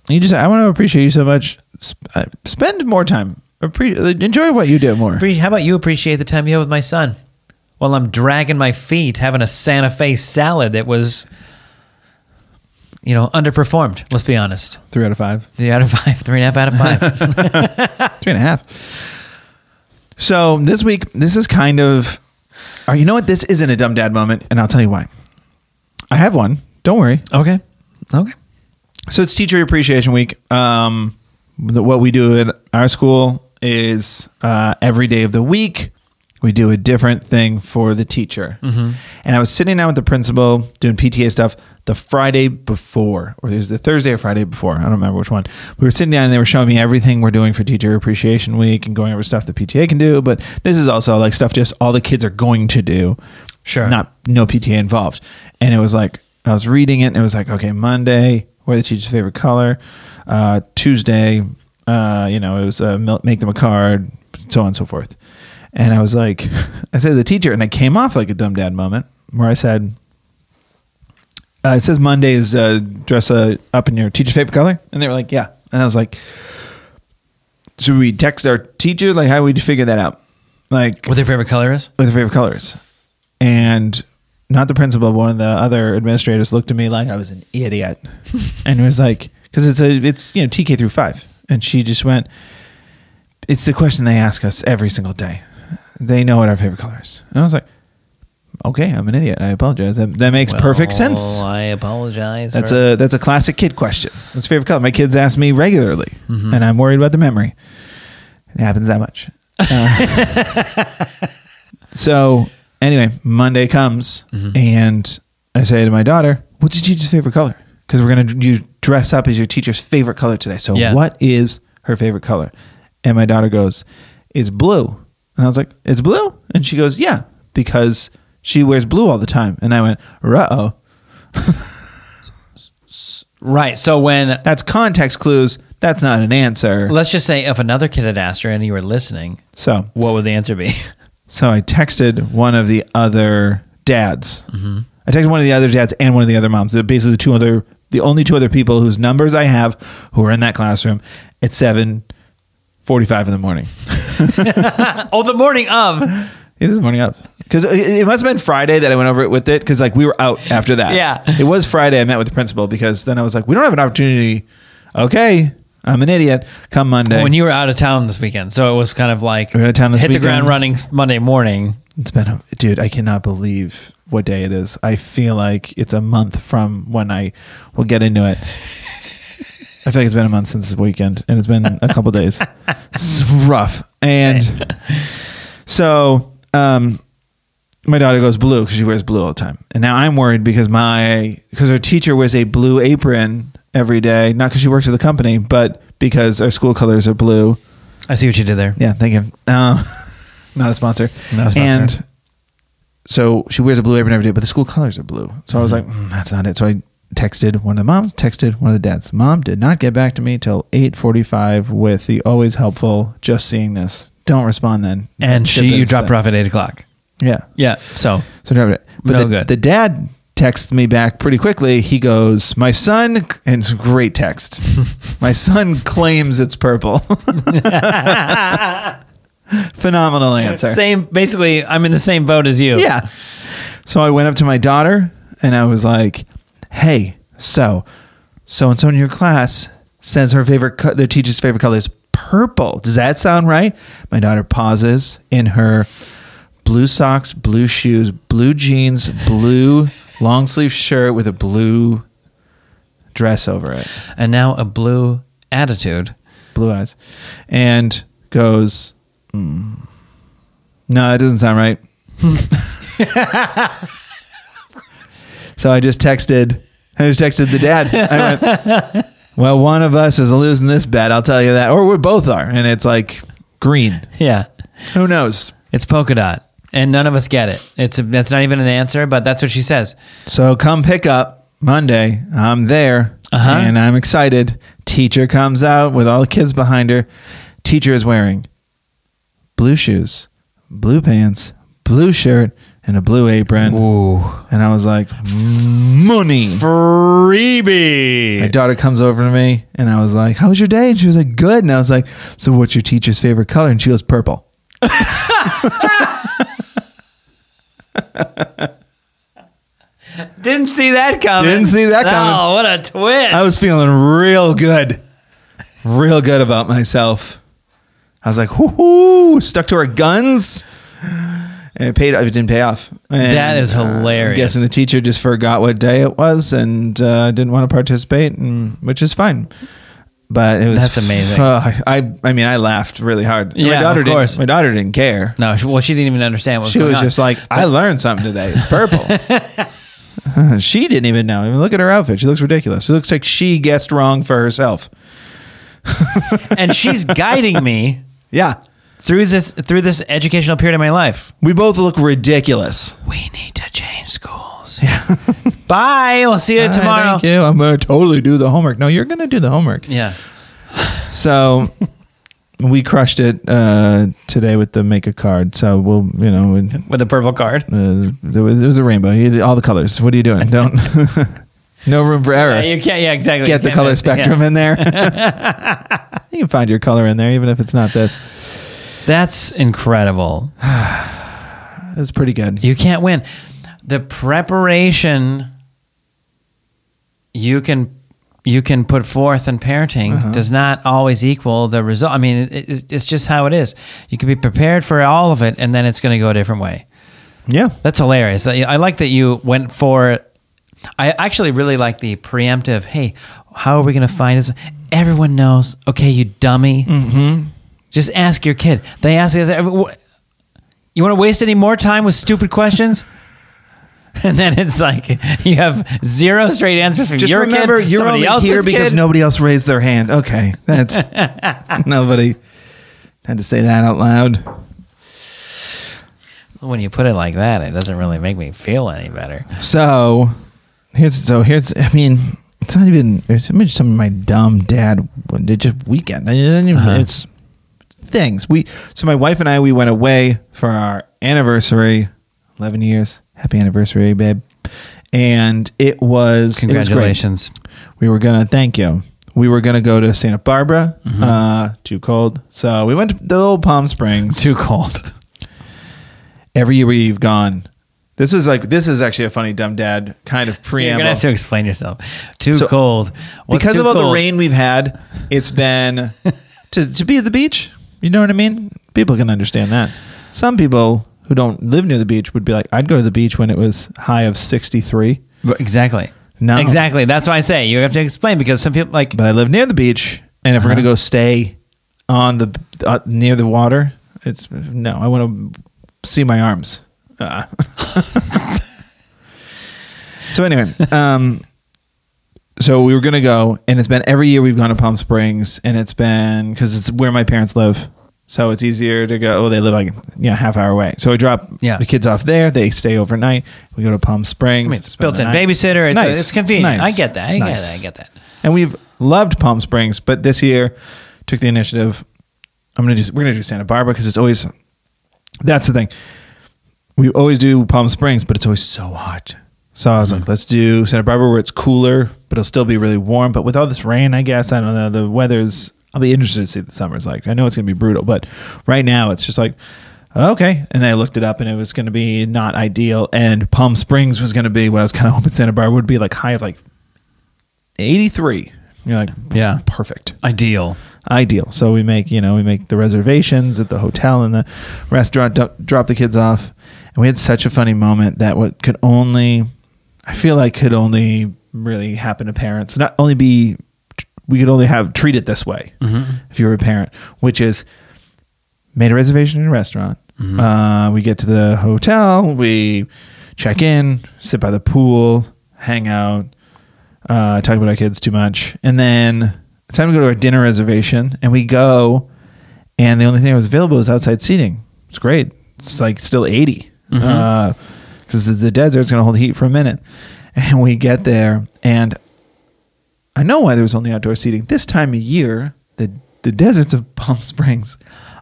Speaker 1: you just I want to appreciate you so much. Sp- uh, Spend more time. Appre- enjoy what you do more.
Speaker 2: Pre- How about you appreciate the time you have with my son? While I'm dragging my feet having a Santa Fe salad that was, you know, underperformed. Let's be honest.
Speaker 1: Three out of five.
Speaker 2: Three out of five, three and a half out of five.
Speaker 1: Three and a half. So this week, this is kind of. Or you know what? This isn't a dumb dad moment, and I'll tell you why. I have one. Don't worry.
Speaker 2: <laughs> okay. Okay.
Speaker 1: So it's Teacher Appreciation Week. Um, the, what we do at our school is uh, every day of the week we do a different thing for the teacher. And I was sitting down with the principal doing PTA stuff the Friday before, or it was the Thursday or Friday before. I don't remember which one. We were sitting down and they were showing me everything we're doing for Teacher Appreciation Week and going over stuff the PTA can do. But this is also like stuff just all the kids are going to do
Speaker 2: Sure.
Speaker 1: not no PTA involved. And it was like I was reading it and it was like, okay, Monday, wear the teacher's favorite color. Uh, Tuesday, uh, you know, it was uh, mil- make them a card, so on and so forth. And I was like, <laughs> I said to the teacher, and I came off like a dumb dad moment where I said, uh, it says Monday is uh, dress uh, up in your teacher's favorite color. And they were like, yeah. And I was like, should we text our teacher? Like, how do we figure that out? Like,
Speaker 2: What their favorite color is?
Speaker 1: with their favorite colors. And not the principal, but one of the other administrators looked at me like I was an idiot, and was like, because it's a it's you know TK through five, and she just went, it's the question they ask us every single day. They know what our favorite color is, and I was like, okay, I'm an idiot. I apologize. That, that makes perfect
Speaker 2: Well,
Speaker 1: sense.
Speaker 2: I apologize.
Speaker 1: That's
Speaker 2: for-
Speaker 1: a that's a classic kid question. What's your favorite color? My kids ask me regularly, and I'm worried about the memory. It happens that much. Uh, <laughs> so anyway, Monday comes, and I say to my daughter, "What's your teacher's favorite color?" Because we're gonna d- you dress up as your teacher's favorite color today. So
Speaker 2: Yeah.
Speaker 1: what is her favorite color? And my daughter goes, "It's blue." And I was like, "It's blue?" And she goes, "Yeah, because she wears blue all the time." And I went, "Uh oh."
Speaker 2: right. So when
Speaker 1: That's context clues. That's not an answer.
Speaker 2: let's just say if another kid had asked her and you were listening,
Speaker 1: So,
Speaker 2: what would the answer be? <laughs>
Speaker 1: so I texted one of the other dads.
Speaker 2: Mm-hmm.
Speaker 1: I texted one of the other dads and one of the other moms. They're basically the two other, the only two other people whose numbers I have who are in that classroom at seven forty-five in the morning.
Speaker 2: oh, the morning of.
Speaker 1: It is morning up because it, it must have been Friday that I went over it with it because like we were out after that.
Speaker 2: Yeah.
Speaker 1: it was Friday. I met with the principal because then I was like, we don't have an opportunity. Okay, I'm an idiot. Come Monday.
Speaker 2: When you were out of town this weekend, so it was kind of like
Speaker 1: We were out of town this
Speaker 2: hit the ground
Speaker 1: weekend.
Speaker 2: running Monday morning.
Speaker 1: It's been a dude. I cannot believe what day it is. I feel like it's a month from when I will get into it. I feel like it's been a month since the weekend, and it's been a couple days. It's rough, and so um, my daughter goes blue because she wears blue all the time, and now I'm worried because my because her teacher wears a blue apron every day, not because she works for the company, but because our school colors are blue.
Speaker 2: I see what you did there.
Speaker 1: Yeah, thank you. Uh, <laughs> not a sponsor.
Speaker 2: Not a sponsor.
Speaker 1: And so she wears a blue apron every day, but the school colors are blue. So I was
Speaker 2: Mm-hmm.
Speaker 1: like, mm, that's not it. So I texted one of the moms, texted one of the dads. Mom did not get back to me till 8:45 with the always helpful just seeing this. Don't respond then.
Speaker 2: And
Speaker 1: Ship
Speaker 2: she, you
Speaker 1: is
Speaker 2: dropped her
Speaker 1: sent.
Speaker 2: off at eight o'clock.
Speaker 1: Yeah.
Speaker 2: uh, Yeah. So
Speaker 1: So drive it. But
Speaker 2: No
Speaker 1: the,
Speaker 2: good.
Speaker 1: the dad texts me back pretty quickly. He goes, "My son," and it's a great
Speaker 2: <laughs>
Speaker 1: text. My son claims it's purple. Phenomenal answer.
Speaker 2: same, basically, I'm in the same boat as you.
Speaker 1: Yeah. So I went up to my daughter and I was like, "Hey, so so and so in your class says her favorite co- the teacher's favorite color is purple. Does that sound right?" My daughter pauses in her blue socks, blue shoes, blue jeans, blue long sleeve shirt with a blue dress over it
Speaker 2: And now a blue attitude. <laughs>
Speaker 1: blue eyes, and goes, "Mm, "No, that doesn't sound right." so I just texted. I just texted the dad. I went, well, one of us is losing this bet. I'll tell you that, or we both are, and it's like green.
Speaker 2: Yeah.
Speaker 1: Who knows?
Speaker 2: It's polka dot, and none of us get it. It's that's not even an answer, but that's what she says.
Speaker 1: So come pick up Monday. I'm there
Speaker 2: Uh-huh.
Speaker 1: and I'm excited. Teacher comes out with all the kids behind her. Teacher is wearing blue shoes, blue pants, blue shirt, and a blue apron.
Speaker 2: Ooh,
Speaker 1: And I was like, money. My
Speaker 2: freebie.
Speaker 1: daughter comes over to me and I was like, How was your day? And she was like, Good. And I was like, So what's your teacher's favorite color? And she goes, Purple.
Speaker 2: Didn't see that coming.
Speaker 1: Didn't see that coming.
Speaker 2: Oh, what a twist!
Speaker 1: I was feeling real good, real good about myself. I was like, "Whoo!" Stuck to our guns, and it paid. It didn't pay off. And,
Speaker 2: That is
Speaker 1: uh, I'm
Speaker 2: hilarious.
Speaker 1: guessing the teacher just forgot what day it was and uh, didn't want to participate, and, which is fine. But it was
Speaker 2: That's amazing.
Speaker 1: I, <sighs> I I mean, I laughed really hard. And
Speaker 2: Yeah,
Speaker 1: my daughter
Speaker 2: of
Speaker 1: didn't,
Speaker 2: course.
Speaker 1: My daughter didn't care.
Speaker 2: no, she- well, she didn't even understand what was
Speaker 1: She
Speaker 2: going
Speaker 1: was
Speaker 2: on.
Speaker 1: just like, "I learned something today. It's purple." <laughs> she didn't even know. I mean, look at her outfit. She looks ridiculous. She looks like she guessed wrong for herself. <laughs>
Speaker 2: and she's guiding me
Speaker 1: Yeah.
Speaker 2: through this through this educational period of my life.
Speaker 1: We both look ridiculous.
Speaker 2: We need to change schools. <laughs> Bye. We'll see you
Speaker 1: "All right,
Speaker 2: tomorrow.
Speaker 1: Thank you. I'm gonna totally do the homework. No, you're gonna do the homework.
Speaker 2: Yeah.
Speaker 1: <laughs> So we crushed it uh, today with the make a card. So we'll, you know, we,
Speaker 2: With a purple card.
Speaker 1: uh, there was, it was a rainbow. He had all the colors. What are you doing? Don't. <laughs> no room for error.
Speaker 2: Yeah, <laughs> you can't. Yeah, exactly.
Speaker 1: Get the
Speaker 2: You can't-
Speaker 1: color
Speaker 2: yeah.
Speaker 1: spectrum in <laughs> there. you can find your color in there, even if it's not this.
Speaker 2: That's incredible.
Speaker 1: It was pretty good.
Speaker 2: You can't win. The preparation you can you can put forth in parenting
Speaker 1: Uh-huh.
Speaker 2: does not always equal the result. I mean, it, it's, it's just how it is. You can be prepared for all of it, and then it's going to go a different way.
Speaker 1: Yeah.
Speaker 2: That's hilarious. I I like that you went for. I actually really like the preemptive. Hey, how are we going to find this? Everyone knows. Okay, you dummy. Mm-hmm. Just ask your kid. They ask us. every- wh- You want to waste any more time with stupid questions? <laughs> and then it's like you have zero straight answers from
Speaker 1: Just
Speaker 2: your
Speaker 1: remember,
Speaker 2: kid.
Speaker 1: you're
Speaker 2: somebody
Speaker 1: only
Speaker 2: else's
Speaker 1: here because
Speaker 2: kid.
Speaker 1: nobody else raised their hand. Okay, that's
Speaker 2: <laughs>
Speaker 1: nobody had to say that out loud.
Speaker 2: When you put it like that, it doesn't really make me feel any better.
Speaker 1: So here's so here's I mean it's not even it's maybe just some of my dumb dad did just weekend. I didn't even-
Speaker 2: Uh-huh.
Speaker 1: It's things we so my wife and I we went away for our anniversary, eleven years. Happy anniversary, babe! And it was it was great.
Speaker 2: Congratulations.
Speaker 1: we were gonna thank you. We were gonna go to Santa Barbara.
Speaker 2: Mm-hmm.
Speaker 1: Uh, too cold, so we went to the old Palm Springs
Speaker 2: Too cold.
Speaker 1: every year we've gone. This is like this is actually a funny dumb dad kind of
Speaker 2: You're
Speaker 1: preamble.
Speaker 2: gonna have to explain yourself. Too
Speaker 1: So-
Speaker 2: cold. What's
Speaker 1: because
Speaker 2: too
Speaker 1: of all the
Speaker 2: cold?
Speaker 1: rain we've had, it's been to to be at the beach. You know what I mean? People can understand that. Some people who don't live near the beach would be like, I'd go to the beach when it was high of sixty three,
Speaker 2: But Exactly.
Speaker 1: No.
Speaker 2: Exactly. That's why I say you have to explain because some people like
Speaker 1: but I live near the beach, and if we're gonna go stay on the uh, near the water, it's no. I want to see my arms. Uh. so anyway, um, so we were gonna go, and it's been every year we've gone to Palm Springs, and it's been because it's where my parents live, so it's easier to go. Well, they live like you know half hour away, so I drop
Speaker 2: Yeah.
Speaker 1: the kids off there. They stay overnight. We go to Palm Springs.
Speaker 2: I mean, it's
Speaker 1: spend the
Speaker 2: built-in
Speaker 1: night.
Speaker 2: babysitter. It's, it's convenient.
Speaker 1: nice.
Speaker 2: I get that.
Speaker 1: It's
Speaker 2: I get
Speaker 1: nice.
Speaker 2: that. I get that.
Speaker 1: And we've loved Palm Springs, but this year took the initiative. I'm gonna do. We're gonna do Santa Barbara because it's always. That's the thing. We always do Palm Springs, but it's always so hot. So I was like, let's do Santa Barbara where it's cooler, but it'll still be really warm. But with all this rain, I guess I don't know. The weather's. I'll be interested to see what the summer's like. I know it's gonna be brutal, but right now it's just like. Okay, and I looked it up, and it was going to be not ideal. And Palm Springs was going to be what I was kind of hoping Santa Barbara would be like high of like 83 you're like
Speaker 2: Yeah.
Speaker 1: perfect
Speaker 2: Ideal.
Speaker 1: ideal so we make you know we make the reservations at the hotel and the restaurant drop, drop the kids off and we had such a funny moment that what could only i feel like could only really happen to parents not only be we could only have treat it this way if you were a parent which is made a reservation in a restaurant. Uh, we get to the hotel, we check in, sit by the pool, hang out, uh, talk about our kids too much, and then it's time to go to our dinner reservation. And we go, and the only thing that was available was outside seating. It's great. It's like still eighty because the, the desert's going to hold heat for a minute. <laughs> And we get there, and I know why there was only outdoor seating. This time of year, the, the deserts of Palm Springs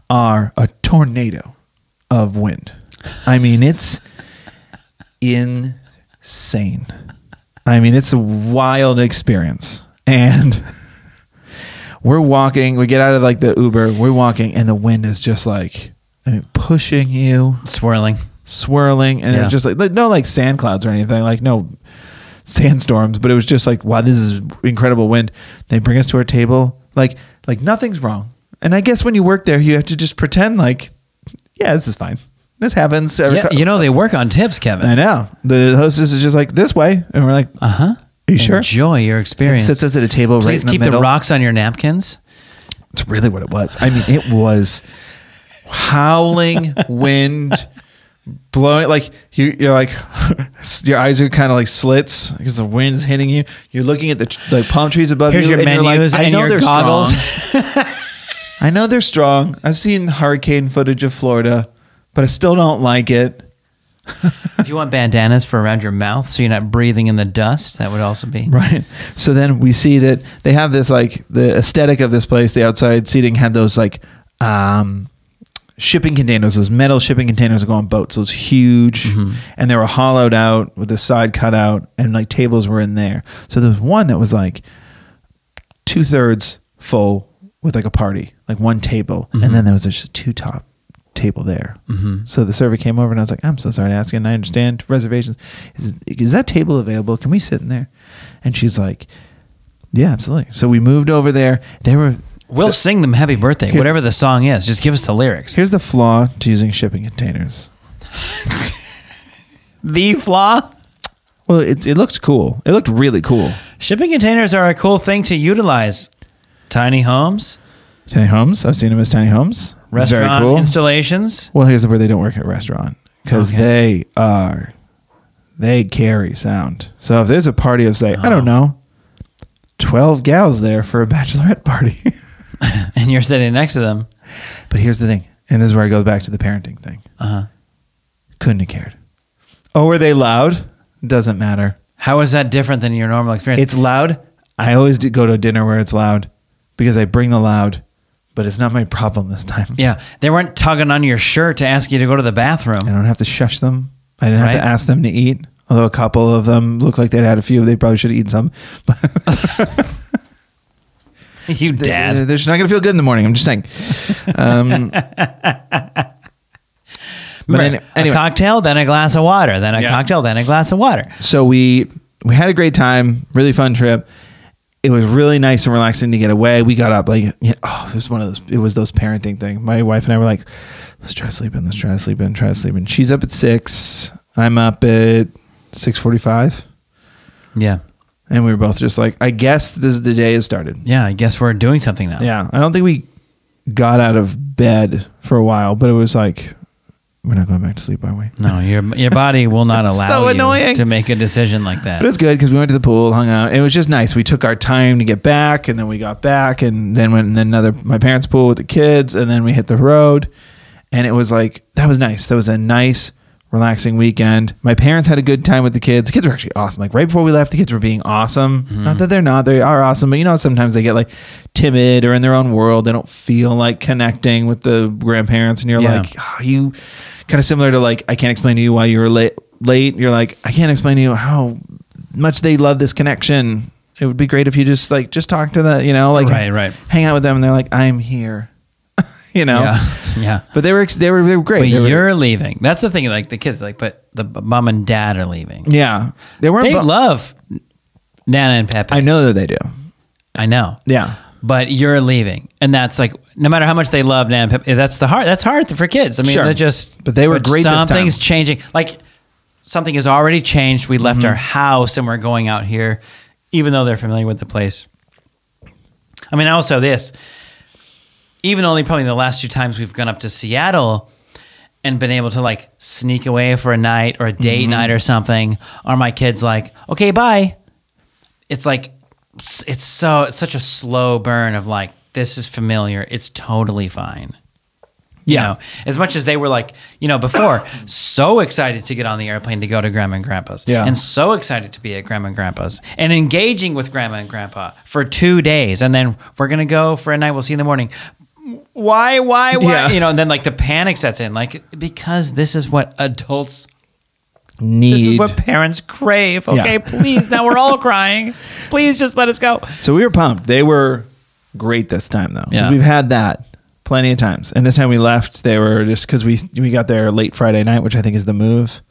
Speaker 1: are a tornado of wind. I mean, it's insane. I mean, it's a wild experience. And <laughs> we're walking, we get out of like the Uber, we're walking, and the wind is just like, I mean, pushing you
Speaker 2: Swirling.
Speaker 1: swirling and it
Speaker 2: Yeah.
Speaker 1: was just like like, no like sand clouds or anything like no sandstorms but it was just like wow this is incredible wind they bring us to our table like like nothing's wrong and i guess when you work there you have to just pretend like yeah this is fine this happens every
Speaker 2: Yeah,
Speaker 1: cou-
Speaker 2: you know they work on tips, Kevin.
Speaker 1: i know the hostess is just like this way and we're like
Speaker 2: Uh huh.
Speaker 1: you sure
Speaker 2: Enjoy your experience.
Speaker 1: sits us at a table right
Speaker 2: Please
Speaker 1: in the
Speaker 2: keep
Speaker 1: middle
Speaker 2: the rocks on your napkins.
Speaker 1: It's really what it was. I mean, it was howling wind, blowing like you. You're like <laughs> your eyes are kind of like slits because the wind's hitting you. You're looking at the tr- like palm trees above
Speaker 2: Here's
Speaker 1: you.
Speaker 2: your menus and your goggles."
Speaker 1: strong. <laughs> I know they're strong. I've seen hurricane footage of Florida, but I still don't like it.
Speaker 2: if you want bandanas for around your mouth so you're not breathing in the dust, that would also
Speaker 1: <laughs>
Speaker 2: be.
Speaker 1: Right. So then we see that they have this like the aesthetic of this place. The outside seating had those like um, shipping containers, those metal shipping containers that go on boats. Those huge, and they were hollowed out with the side cut out, and like tables were in there. So there was one that was like two thirds full with like a party, like one table, and then there was just a two top table there. Mm-hmm. So the server came over and I was like, "I'm so sorry to ask you, and I understand reservations. Is, is that table available? Can we sit in there?" And she's like, "Yeah, absolutely." So we moved over there. They were
Speaker 2: We'll sing them happy birthday,
Speaker 1: Here's-
Speaker 2: whatever the song is. Just give us the
Speaker 1: <laughs>
Speaker 2: lyrics.
Speaker 1: here's the flaw to using shipping containers.
Speaker 2: The flaw?
Speaker 1: Well, it it looked cool. It looked really cool.
Speaker 2: Shipping containers are a cool thing to utilize. Tiny homes,
Speaker 1: Tiny homes. I've seen them as tiny homes. Very
Speaker 2: restaurant
Speaker 1: cool.
Speaker 2: installations.
Speaker 1: well, here's where they don't work at restaurant because they are they carry sound. So if there's a party of say, I don't know, twelve gals there for a bachelorette party. <laughs>
Speaker 2: <laughs> And you're sitting next to them.
Speaker 1: But here's the thing, and this is where I go back to the parenting thing.
Speaker 2: Uh-huh.
Speaker 1: Couldn't have cared. Oh, were they loud? Doesn't matter.
Speaker 2: How is that different than your normal experience?
Speaker 1: It's loud. I always do go to a dinner where it's loud because I bring the loud, but it's not my problem this time.
Speaker 2: yeah. They weren't tugging on your shirt to ask you to go to the bathroom.
Speaker 1: I don't have to shush them. I didn't have to
Speaker 2: Right.
Speaker 1: ask them to eat. Although a couple of them looked like they'd had a few, they probably should have eaten some. <laughs> But
Speaker 2: <laughs> you
Speaker 1: they-
Speaker 2: dad.
Speaker 1: they're just not going to feel good in the morning. I'm just saying.
Speaker 2: <laughs>
Speaker 1: Um, but
Speaker 2: Right.
Speaker 1: any- anyway,
Speaker 2: A cocktail, then a glass of water, then a
Speaker 1: Yeah.
Speaker 2: cocktail, then a glass of water.
Speaker 1: so we we had a great time, really fun trip. It was really nice and relaxing to get away. We got up like yeah, oh, it was one of those it was those parenting thing. My wife and I were like, let's try to sleep in, let's try to sleep in, try to sleep in. She's up at six. I'm up at six forty five.
Speaker 2: Yeah.
Speaker 1: And we were both just like, I guess this the day has started.
Speaker 2: Yeah. I guess we're doing something now.
Speaker 1: Yeah. I don't think we got out of bed for a while, but it was like we're not going back to sleep, are we?
Speaker 2: No, your your body
Speaker 1: <laughs>
Speaker 2: will not
Speaker 1: It's
Speaker 2: allow
Speaker 1: so
Speaker 2: you
Speaker 1: annoying.
Speaker 2: to make a decision like that.
Speaker 1: But it was good because we went to the pool, hung out. It was just nice. We took our time to get back, and then we got back, and then went in another my parents' pool with the kids, and then we hit the road, and it was like that was nice. That was a nice, relaxing weekend. My parents had a good time with the kids. The kids were actually awesome. Like right before we left, the kids were being awesome.
Speaker 2: Mm-hmm.
Speaker 1: Not that they're not; they are awesome. But you know, sometimes they get like timid or in their own world. They don't feel like connecting with the grandparents, and you're
Speaker 2: Yeah.
Speaker 1: like, oh, you kind of similar to like I can't explain to you why you were late. Late, you're like I can't explain to you how much they love this connection. It would be great if you just like just talk to the you know like
Speaker 2: Right, right.
Speaker 1: hang out with them and they're like I'm here, <laughs> you know.
Speaker 2: Yeah. <laughs> Yeah.
Speaker 1: But they were ex- they were they were great.
Speaker 2: But
Speaker 1: They were-
Speaker 2: you're leaving. That's the thing. Like the kids, like, but the b- mom and dad are leaving.
Speaker 1: yeah they weren't.
Speaker 2: They
Speaker 1: bu-
Speaker 2: love Nana and Pepe.
Speaker 1: I
Speaker 2: I,
Speaker 1: know that they do.
Speaker 2: know.
Speaker 1: Yeah,
Speaker 2: But you're leaving, and that's like no matter how much they love Nana and Pepe, that's the hard. That's hard for kids. I mean,
Speaker 1: Sure.
Speaker 2: they're just.
Speaker 1: But they were great this time.
Speaker 2: Something's changing. Like something has already changed. We left
Speaker 1: Mm-hmm.
Speaker 2: our house and we're going out here, even though they're familiar with the place. I mean, also this. Even only probably the last two times we've gone up to Seattle and been able to like sneak away for a night or a date
Speaker 1: Mm-hmm.
Speaker 2: night or something, are my kids like, okay, bye. It's like, s- it's so, it's such a slow burn of like, this is familiar. It's totally fine. You
Speaker 1: Yeah.
Speaker 2: know, as much as they were like, you know, before, <coughs> so excited to get on the airplane to go to grandma and grandpa's
Speaker 1: Yeah.
Speaker 2: and so excited to be at grandma and grandpa's and engaging with grandma and grandpa for two days. And then we're going to go for a night. We'll see you in the morning. Why, why, why?
Speaker 1: Yeah.
Speaker 2: You know, and then like the panic sets in, like, because this is what adults,
Speaker 1: need.
Speaker 2: this is what parents crave. Okay, please. Now we're all <laughs> crying. Please just let us go.
Speaker 1: so we were pumped. They were great this time though. 'Cause
Speaker 2: Yeah.
Speaker 1: we've had that plenty of times. And this time we left, they were just because we we got there late Friday night, which I think is the move.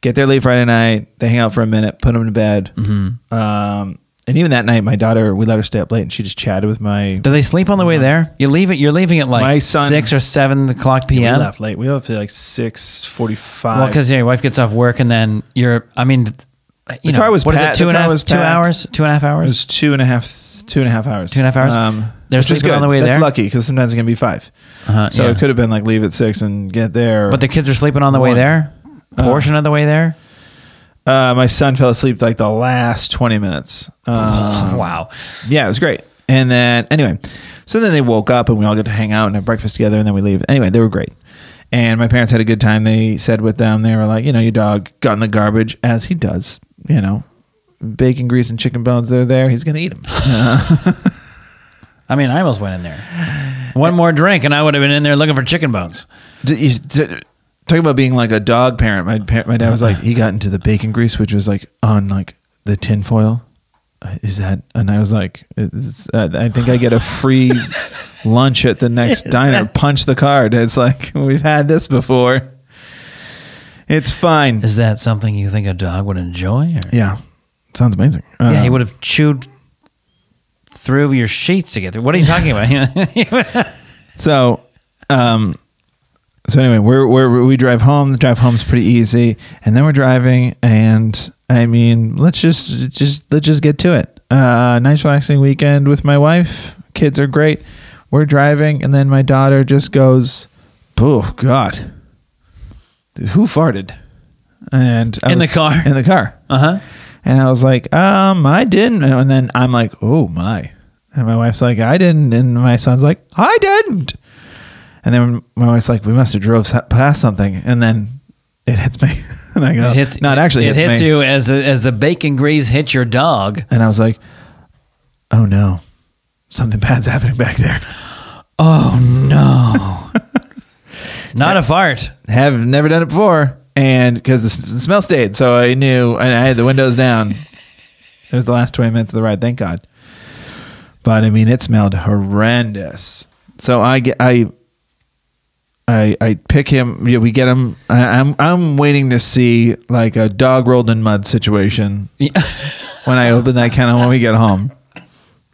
Speaker 1: Get there late Friday night. They hang out for a minute, put them to bed.
Speaker 2: Mm-hmm.
Speaker 1: Um, and even that night, my daughter, we let her stay up late, and she just chatted with my.
Speaker 2: Do they sleep on the way there? You leave it, you're leaving at like
Speaker 1: My son-
Speaker 2: six or seven o'clock p.m.
Speaker 1: We left late. We left at like six forty-five.
Speaker 2: Well, because your wife gets off work and then you're. I mean, th- you know,
Speaker 1: car was
Speaker 2: what is
Speaker 1: packed.
Speaker 2: it? Two
Speaker 1: The
Speaker 2: and a
Speaker 1: car
Speaker 2: half,
Speaker 1: was
Speaker 2: two
Speaker 1: packed.
Speaker 2: hours, two and a half
Speaker 1: It
Speaker 2: hours.
Speaker 1: was two and a half, two and a half hours. Um,
Speaker 2: Two and a half hours? They're
Speaker 1: which is
Speaker 2: sleeping on
Speaker 1: good.
Speaker 2: the way
Speaker 1: That's
Speaker 2: there?
Speaker 1: lucky because sometimes it can be five.
Speaker 2: Uh-huh,
Speaker 1: so
Speaker 2: yeah.
Speaker 1: it could have been like leave at six and get there.
Speaker 2: But the kids are sleeping on the way
Speaker 1: One. Uh-huh.
Speaker 2: there. Portion of the way there.
Speaker 1: uh, my son fell asleep like the last twenty minutes. Um,
Speaker 2: wow.
Speaker 1: yeah, it was great. And then anyway, so then they woke up and we all get to hang out and have breakfast together, and then we leave. Anyway, they were great. And my parents had a good time. They said with them, they were like, you know, your dog got in the garbage as he does, you know, bacon grease and chicken bones. They're there. He's going to eat them.
Speaker 2: I mean, I almost went in there. One more drink, and I would have been in there looking for chicken bones.
Speaker 1: D- you- d- Talk about being like a dog parent. My par- my dad was like, he got into the bacon grease, which was like on like the tinfoil. Uh, Is that? And I was like, it's- uh, I think I get a
Speaker 2: <laughs>
Speaker 1: free lunch at the next diner. Punch the card. It's like <laughs> we've had this before. It's fine.
Speaker 2: Is that something you think a dog would enjoy? Or?
Speaker 1: yeah, sounds amazing.
Speaker 2: Yeah, he
Speaker 1: Um,
Speaker 2: would have chewed through your sheets to get through. What are you talking about? <laughs>
Speaker 1: So, um, so anyway, we're, we're we drive home. The drive home's pretty easy, and then we're driving, and I mean, let's just just let's just get to it. Uh, nice relaxing weekend with my wife. Kids are great. We're driving, and then my daughter just goes, "Oh God, who farted?" And I
Speaker 2: In the
Speaker 1: was-
Speaker 2: car.
Speaker 1: In the car.
Speaker 2: uh huh.
Speaker 1: And I was like, um, I didn't. And then I'm like, oh my. And my wife's like, I didn't. And my son's like, I didn't. And then my wife's like, we must have drove s- past something. And then it hits me. <laughs> and I go,
Speaker 2: It hits.
Speaker 1: no, it actually
Speaker 2: it
Speaker 1: hits,
Speaker 2: hits
Speaker 1: me.
Speaker 2: you as as the bacon grease hits your dog.
Speaker 1: And I was like, oh no, something bad's <laughs> happening back there.
Speaker 2: Oh no! Not a fart.
Speaker 1: Have never done it before. And because the, s- the smell stayed. So I knew, and I had the windows down. it was the last 20 minutes of the ride. Thank God. but I mean, it smelled horrendous. So I get, I, I, I pick him. Yeah, we get him. I, I'm, I'm waiting to see like a dog rolled in mud situation
Speaker 2: <laughs>
Speaker 1: when I open that kennel when we get home.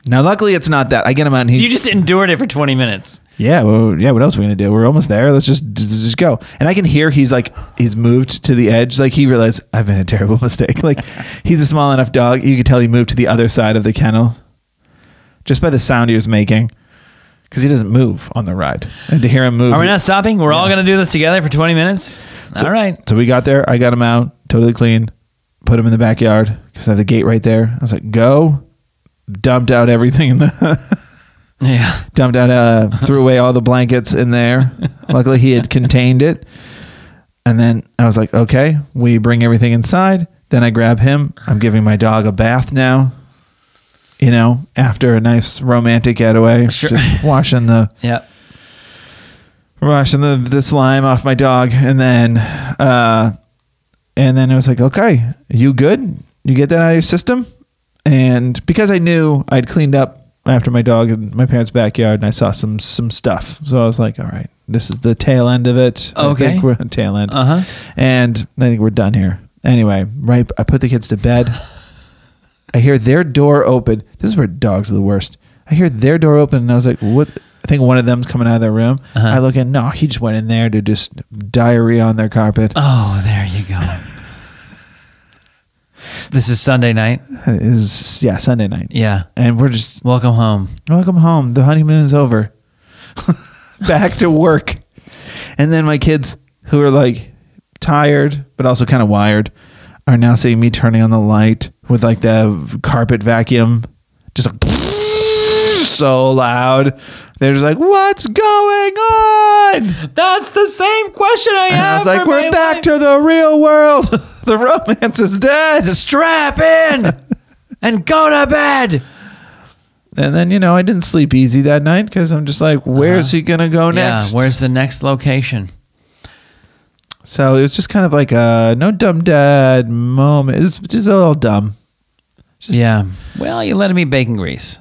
Speaker 1: Now, luckily, it's not that. I get him out. And he,
Speaker 2: You just endured it for twenty minutes.
Speaker 1: yeah, well, yeah. What else are we gonna do? We're almost there. Let's just just just go. And I can hear he's like he's moved to the edge. Like he realized I've made a terrible <laughs> mistake. Like he's a small enough dog. You could tell he moved to the other side of the kennel just by the sound he was making, because he doesn't move on the ride. And to hear him move,
Speaker 2: Are we not stopping? We're all going to do this together for twenty minutes. all right.
Speaker 1: So we got there. I got him out totally clean. Put him in the backyard because I had the gate right there. I was like, go. Dumped out everything in the
Speaker 2: Yeah.
Speaker 1: dumped out uh threw away all the blankets in there luckily he had contained it and then i was like okay we bring everything inside then i grab him i'm giving my dog a bath now you know after a nice romantic getaway
Speaker 2: Sure.
Speaker 1: just washing the
Speaker 2: Yeah.
Speaker 1: washing the, the slime off my dog and then uh and then it was like okay you good you get that out of your system and because i knew i'd cleaned up after my dog in my parents backyard and i saw some some stuff so i was like all right this is the tail end of it
Speaker 2: Okay.
Speaker 1: i think we're tail end
Speaker 2: Uh huh.
Speaker 1: and i think we're done here anyway right i put the kids to bed i hear their door open this is where dogs are the worst i hear their door open and i was like what i think one of them's coming out of their room
Speaker 2: Uh-huh.
Speaker 1: i look in no he just went in there to just diarrhea on their carpet
Speaker 2: <laughs> Oh, there you go. S- this is Sunday night.
Speaker 1: is yeah sunday night
Speaker 2: Yeah.
Speaker 1: and we're just
Speaker 2: Welcome home.
Speaker 1: welcome home the honeymoon's over <laughs> back to work and then my kids who are like tired but also kind of wired are now seeing me turning on the light with like the carpet vacuum just like <laughs> so loud they're just like what's going on
Speaker 2: That's the same question <laughs> I
Speaker 1: and i
Speaker 2: asked.
Speaker 1: was like we're back to the real world <laughs> the romance is dead
Speaker 2: strap in and go to bed.
Speaker 1: and then you know i didn't sleep easy that night because i'm just like where's he gonna go next
Speaker 2: Uh-huh. Yeah. Where's the next location?
Speaker 1: So it was just kind of like a no dumb dad moment. It was just a little dumb.
Speaker 2: yeah. Well, you let him eat bacon grease.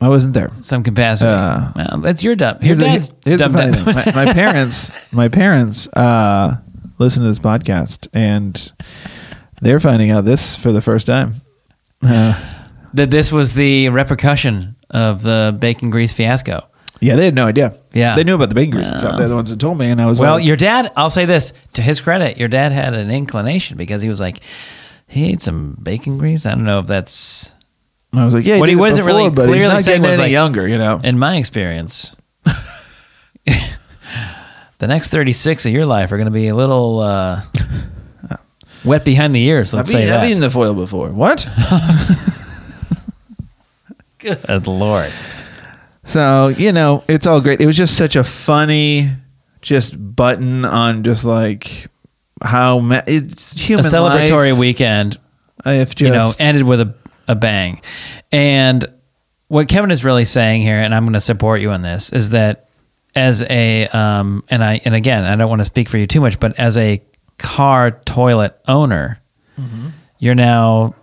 Speaker 1: I wasn't there.
Speaker 2: Some capacity.
Speaker 1: Uh,
Speaker 2: well, that's your dumb. Your
Speaker 1: Here's the,
Speaker 2: dad's
Speaker 1: here's the
Speaker 2: dumb
Speaker 1: funny
Speaker 2: dad.
Speaker 1: thing. My, my parents, my parents, uh, listen to this podcast, and they're finding out this for the first time. Uh,
Speaker 2: <laughs> that this was the repercussion of the bacon grease fiasco.
Speaker 1: yeah, they had no idea.
Speaker 2: Yeah. Oh.
Speaker 1: they knew about the bacon grease and stuff. They're the ones that told me, and I was
Speaker 2: Well,
Speaker 1: like,
Speaker 2: your dad, I'll say this to his credit, your dad had an inclination because he was like, he ate some bacon grease. I don't know if that's,
Speaker 1: I was like, yeah,
Speaker 2: what he
Speaker 1: did it
Speaker 2: wasn't
Speaker 1: before,
Speaker 2: really
Speaker 1: but he's
Speaker 2: clearly
Speaker 1: not
Speaker 2: saying
Speaker 1: getting
Speaker 2: was
Speaker 1: any
Speaker 2: like-
Speaker 1: younger, you know.
Speaker 2: in my experience, <laughs> the next 36 of your life are going to be a
Speaker 1: <laughs>
Speaker 2: little uh, wet behind the ears.
Speaker 1: I've
Speaker 2: Let's say
Speaker 1: eaten, I've
Speaker 2: that.
Speaker 1: eaten the foil before. What?
Speaker 2: Good Lord.
Speaker 1: So, you know, it's all great. It was just such a funny just button on just like how ma- it's
Speaker 2: a
Speaker 1: human
Speaker 2: celebratory
Speaker 1: life.
Speaker 2: weekend,
Speaker 1: If just
Speaker 2: you know, ended with a, a bang. And what Kevin is really saying here, and I'm going to support you on this, is that as a um, and I and again, I don't want to speak for you too much, but as a car toilet owner, Mm-hmm. you're now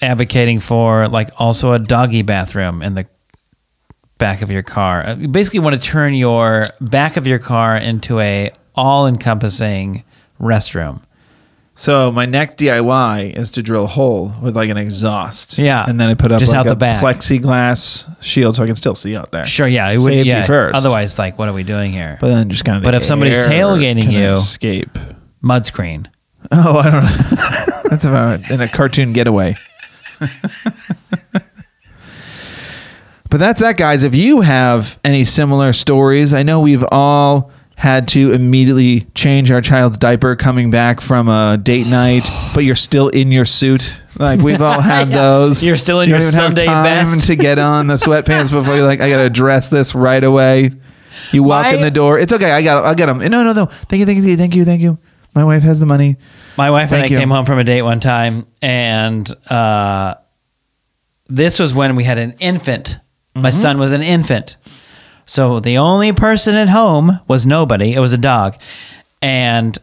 Speaker 2: advocating for like also a doggy bathroom in the back of your car. Uh, You basically want to turn your back of your car into a all-encompassing restroom.
Speaker 1: So my next DIY is to drill a hole with like an exhaust.
Speaker 2: Yeah.
Speaker 1: and then I put up
Speaker 2: Just
Speaker 1: like
Speaker 2: out
Speaker 1: a
Speaker 2: the back.
Speaker 1: plexiglass shield so I can still see out there.
Speaker 2: Sure, yeah, it would.
Speaker 1: Safety
Speaker 2: yeah,
Speaker 1: first.
Speaker 2: Otherwise, like, what are we doing here?
Speaker 1: but then just kind of.
Speaker 2: But if somebody's tailgating you-
Speaker 1: escape.
Speaker 2: Mud screen.
Speaker 1: Oh, I don't know. That's about in a cartoon getaway. but that's that, guys. If you have any similar stories, I know we've all had to immediately change our child's diaper coming back from a date night, but you're still in your suit. Like we've all had those.
Speaker 2: You're still in
Speaker 1: You
Speaker 2: your
Speaker 1: don't even have
Speaker 2: Sunday
Speaker 1: time
Speaker 2: best.
Speaker 1: to get on the sweatpants before you're like, I gotta address this right away. You walk
Speaker 2: My-
Speaker 1: in the door. It's okay. I got. I will get them. No, no, no. Thank you. Thank you. Thank you. Thank you. My wife has the money.
Speaker 2: My wife and I
Speaker 1: Thank you.
Speaker 2: came home from a date one time, and uh, this was when we had an infant. My
Speaker 1: Mm-hmm.
Speaker 2: son was an infant, so the only person at home was nobody. It was a dog, and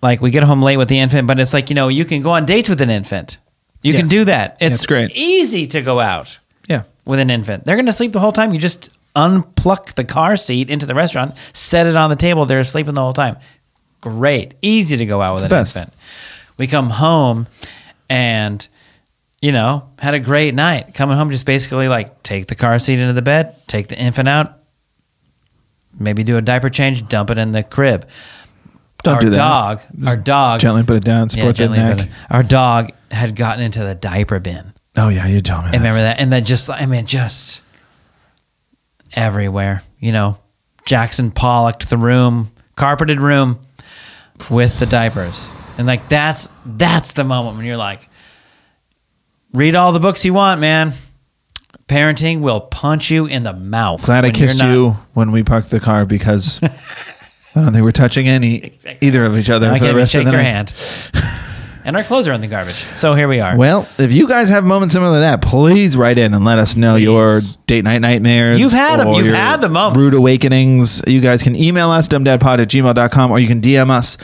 Speaker 2: like we get home late with the infant, but it's like you know you can go on dates with an infant. You can
Speaker 1: Yes.
Speaker 2: do that. It's
Speaker 1: That's great.
Speaker 2: Easy to go out.
Speaker 1: Yeah.
Speaker 2: with an infant. They're going to sleep the whole time. You just unpluck the car seat into the restaurant, set it on the table. They're sleeping the whole time. Great. Easy to go out with an
Speaker 1: the best.
Speaker 2: infant. We come home and, you know, had a great night. Coming home, just basically like take the car seat into the bed, take the infant out, maybe do a diaper change, dump it in the crib.
Speaker 1: Don't
Speaker 2: our
Speaker 1: do that.
Speaker 2: dog, our dog,
Speaker 1: Gently put it down.
Speaker 2: Yeah,
Speaker 1: Support the
Speaker 2: gently put
Speaker 1: neck.
Speaker 2: it- our dog had gotten into the diaper bin.
Speaker 1: Oh yeah, you tell me.
Speaker 2: I remember that. And then just, I mean, just everywhere, you know, Jackson Pollocked the room, carpeted room with the diapers. And like, that's, that's the moment when you're like, read all the books you want, man. Parenting will punch you in the mouth.
Speaker 1: Glad I
Speaker 2: when you're
Speaker 1: kissed
Speaker 2: not-
Speaker 1: you when we parked the car because I don't think we're touching
Speaker 2: <laughs>
Speaker 1: any either of each other for
Speaker 2: I can't
Speaker 1: the
Speaker 2: even
Speaker 1: rest
Speaker 2: shake
Speaker 1: of the
Speaker 2: your
Speaker 1: night.
Speaker 2: hand. and our clothes are in the garbage. So here we are.
Speaker 1: Well, if you guys have moments similar to that, please write in and let us know your date night nightmares.
Speaker 2: You've had 'em.
Speaker 1: or
Speaker 2: You've
Speaker 1: your
Speaker 2: had the moment.
Speaker 1: Rude awakenings. You guys can email us, dumbdadpod at gmail.com, or you can DM us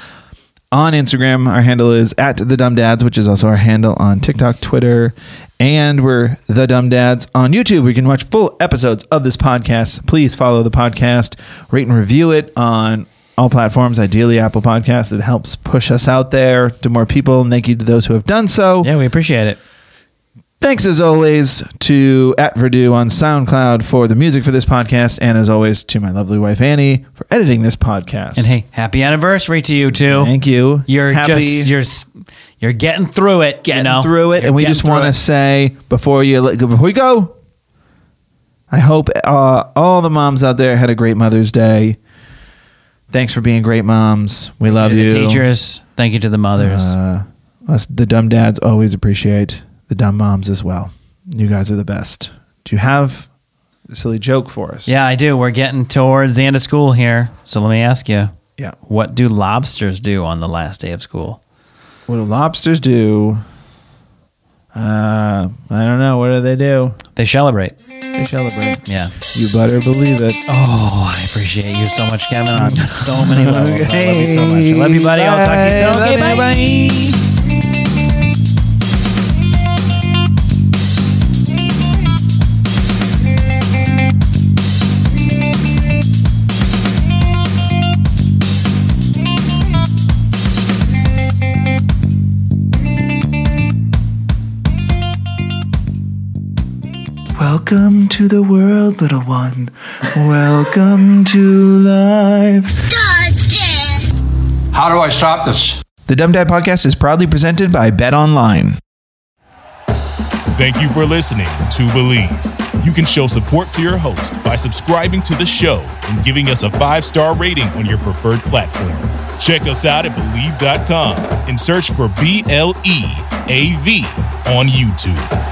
Speaker 1: on Instagram. Our handle is at the dumb dads, which is also our handle on TikTok, Twitter, and we're the dumb dads on YouTube. We can watch full episodes of this podcast. Please follow the podcast, rate and review it on all platforms, ideally Apple Podcasts. It helps push us out there to more people. And thank you to those who have done so.
Speaker 2: yeah, we appreciate it.
Speaker 1: Thanks as always to at Verdue on SoundCloud for the music for this podcast, and as always to my lovely wife Annie for editing this podcast.
Speaker 2: And hey, happy anniversary to you too.
Speaker 1: thank you.
Speaker 2: You're
Speaker 1: happy
Speaker 2: just you're s- you're getting through it.
Speaker 1: getting
Speaker 2: you know?
Speaker 1: through it,
Speaker 2: You're
Speaker 1: and we
Speaker 2: getting
Speaker 1: just
Speaker 2: through
Speaker 1: want
Speaker 2: it.
Speaker 1: to say before you let, before we go, I hope uh, all the moms out there had a great Mother's Day. Thanks for being great moms. We love
Speaker 2: Thank you
Speaker 1: you,
Speaker 2: to the teachers. Thank you to the mothers.
Speaker 1: Uh, us, the dumb dads always appreciate the dumb moms as well. You guys are the best. Do you have a silly joke for us?
Speaker 2: yeah, I do. We're getting towards the end of school here, so let me ask you:
Speaker 1: Yeah.
Speaker 2: What do lobsters do on the last day of school?
Speaker 1: What do lobsters do? Uh, I don't know. What do they do?
Speaker 2: They celebrate.
Speaker 1: They celebrate.
Speaker 2: Yeah.
Speaker 1: You better believe it.
Speaker 2: Oh, I appreciate you so much, Kevin, on so many
Speaker 1: <laughs>
Speaker 2: levels. I love you so much. I love you, buddy. I'll talk to you soon.
Speaker 1: Love
Speaker 2: Okay,
Speaker 1: you.
Speaker 2: bye.
Speaker 1: bye. Welcome to the world, little one. Welcome to life.
Speaker 3: How do I stop this?
Speaker 1: The Dumb Dad Podcast is proudly presented by Bet Online.
Speaker 4: Thank you for listening to Believe. You can show support to your host by subscribing to the show and giving us a five star rating on your preferred platform. Check us out at Believe.com and search for B L E A V on YouTube.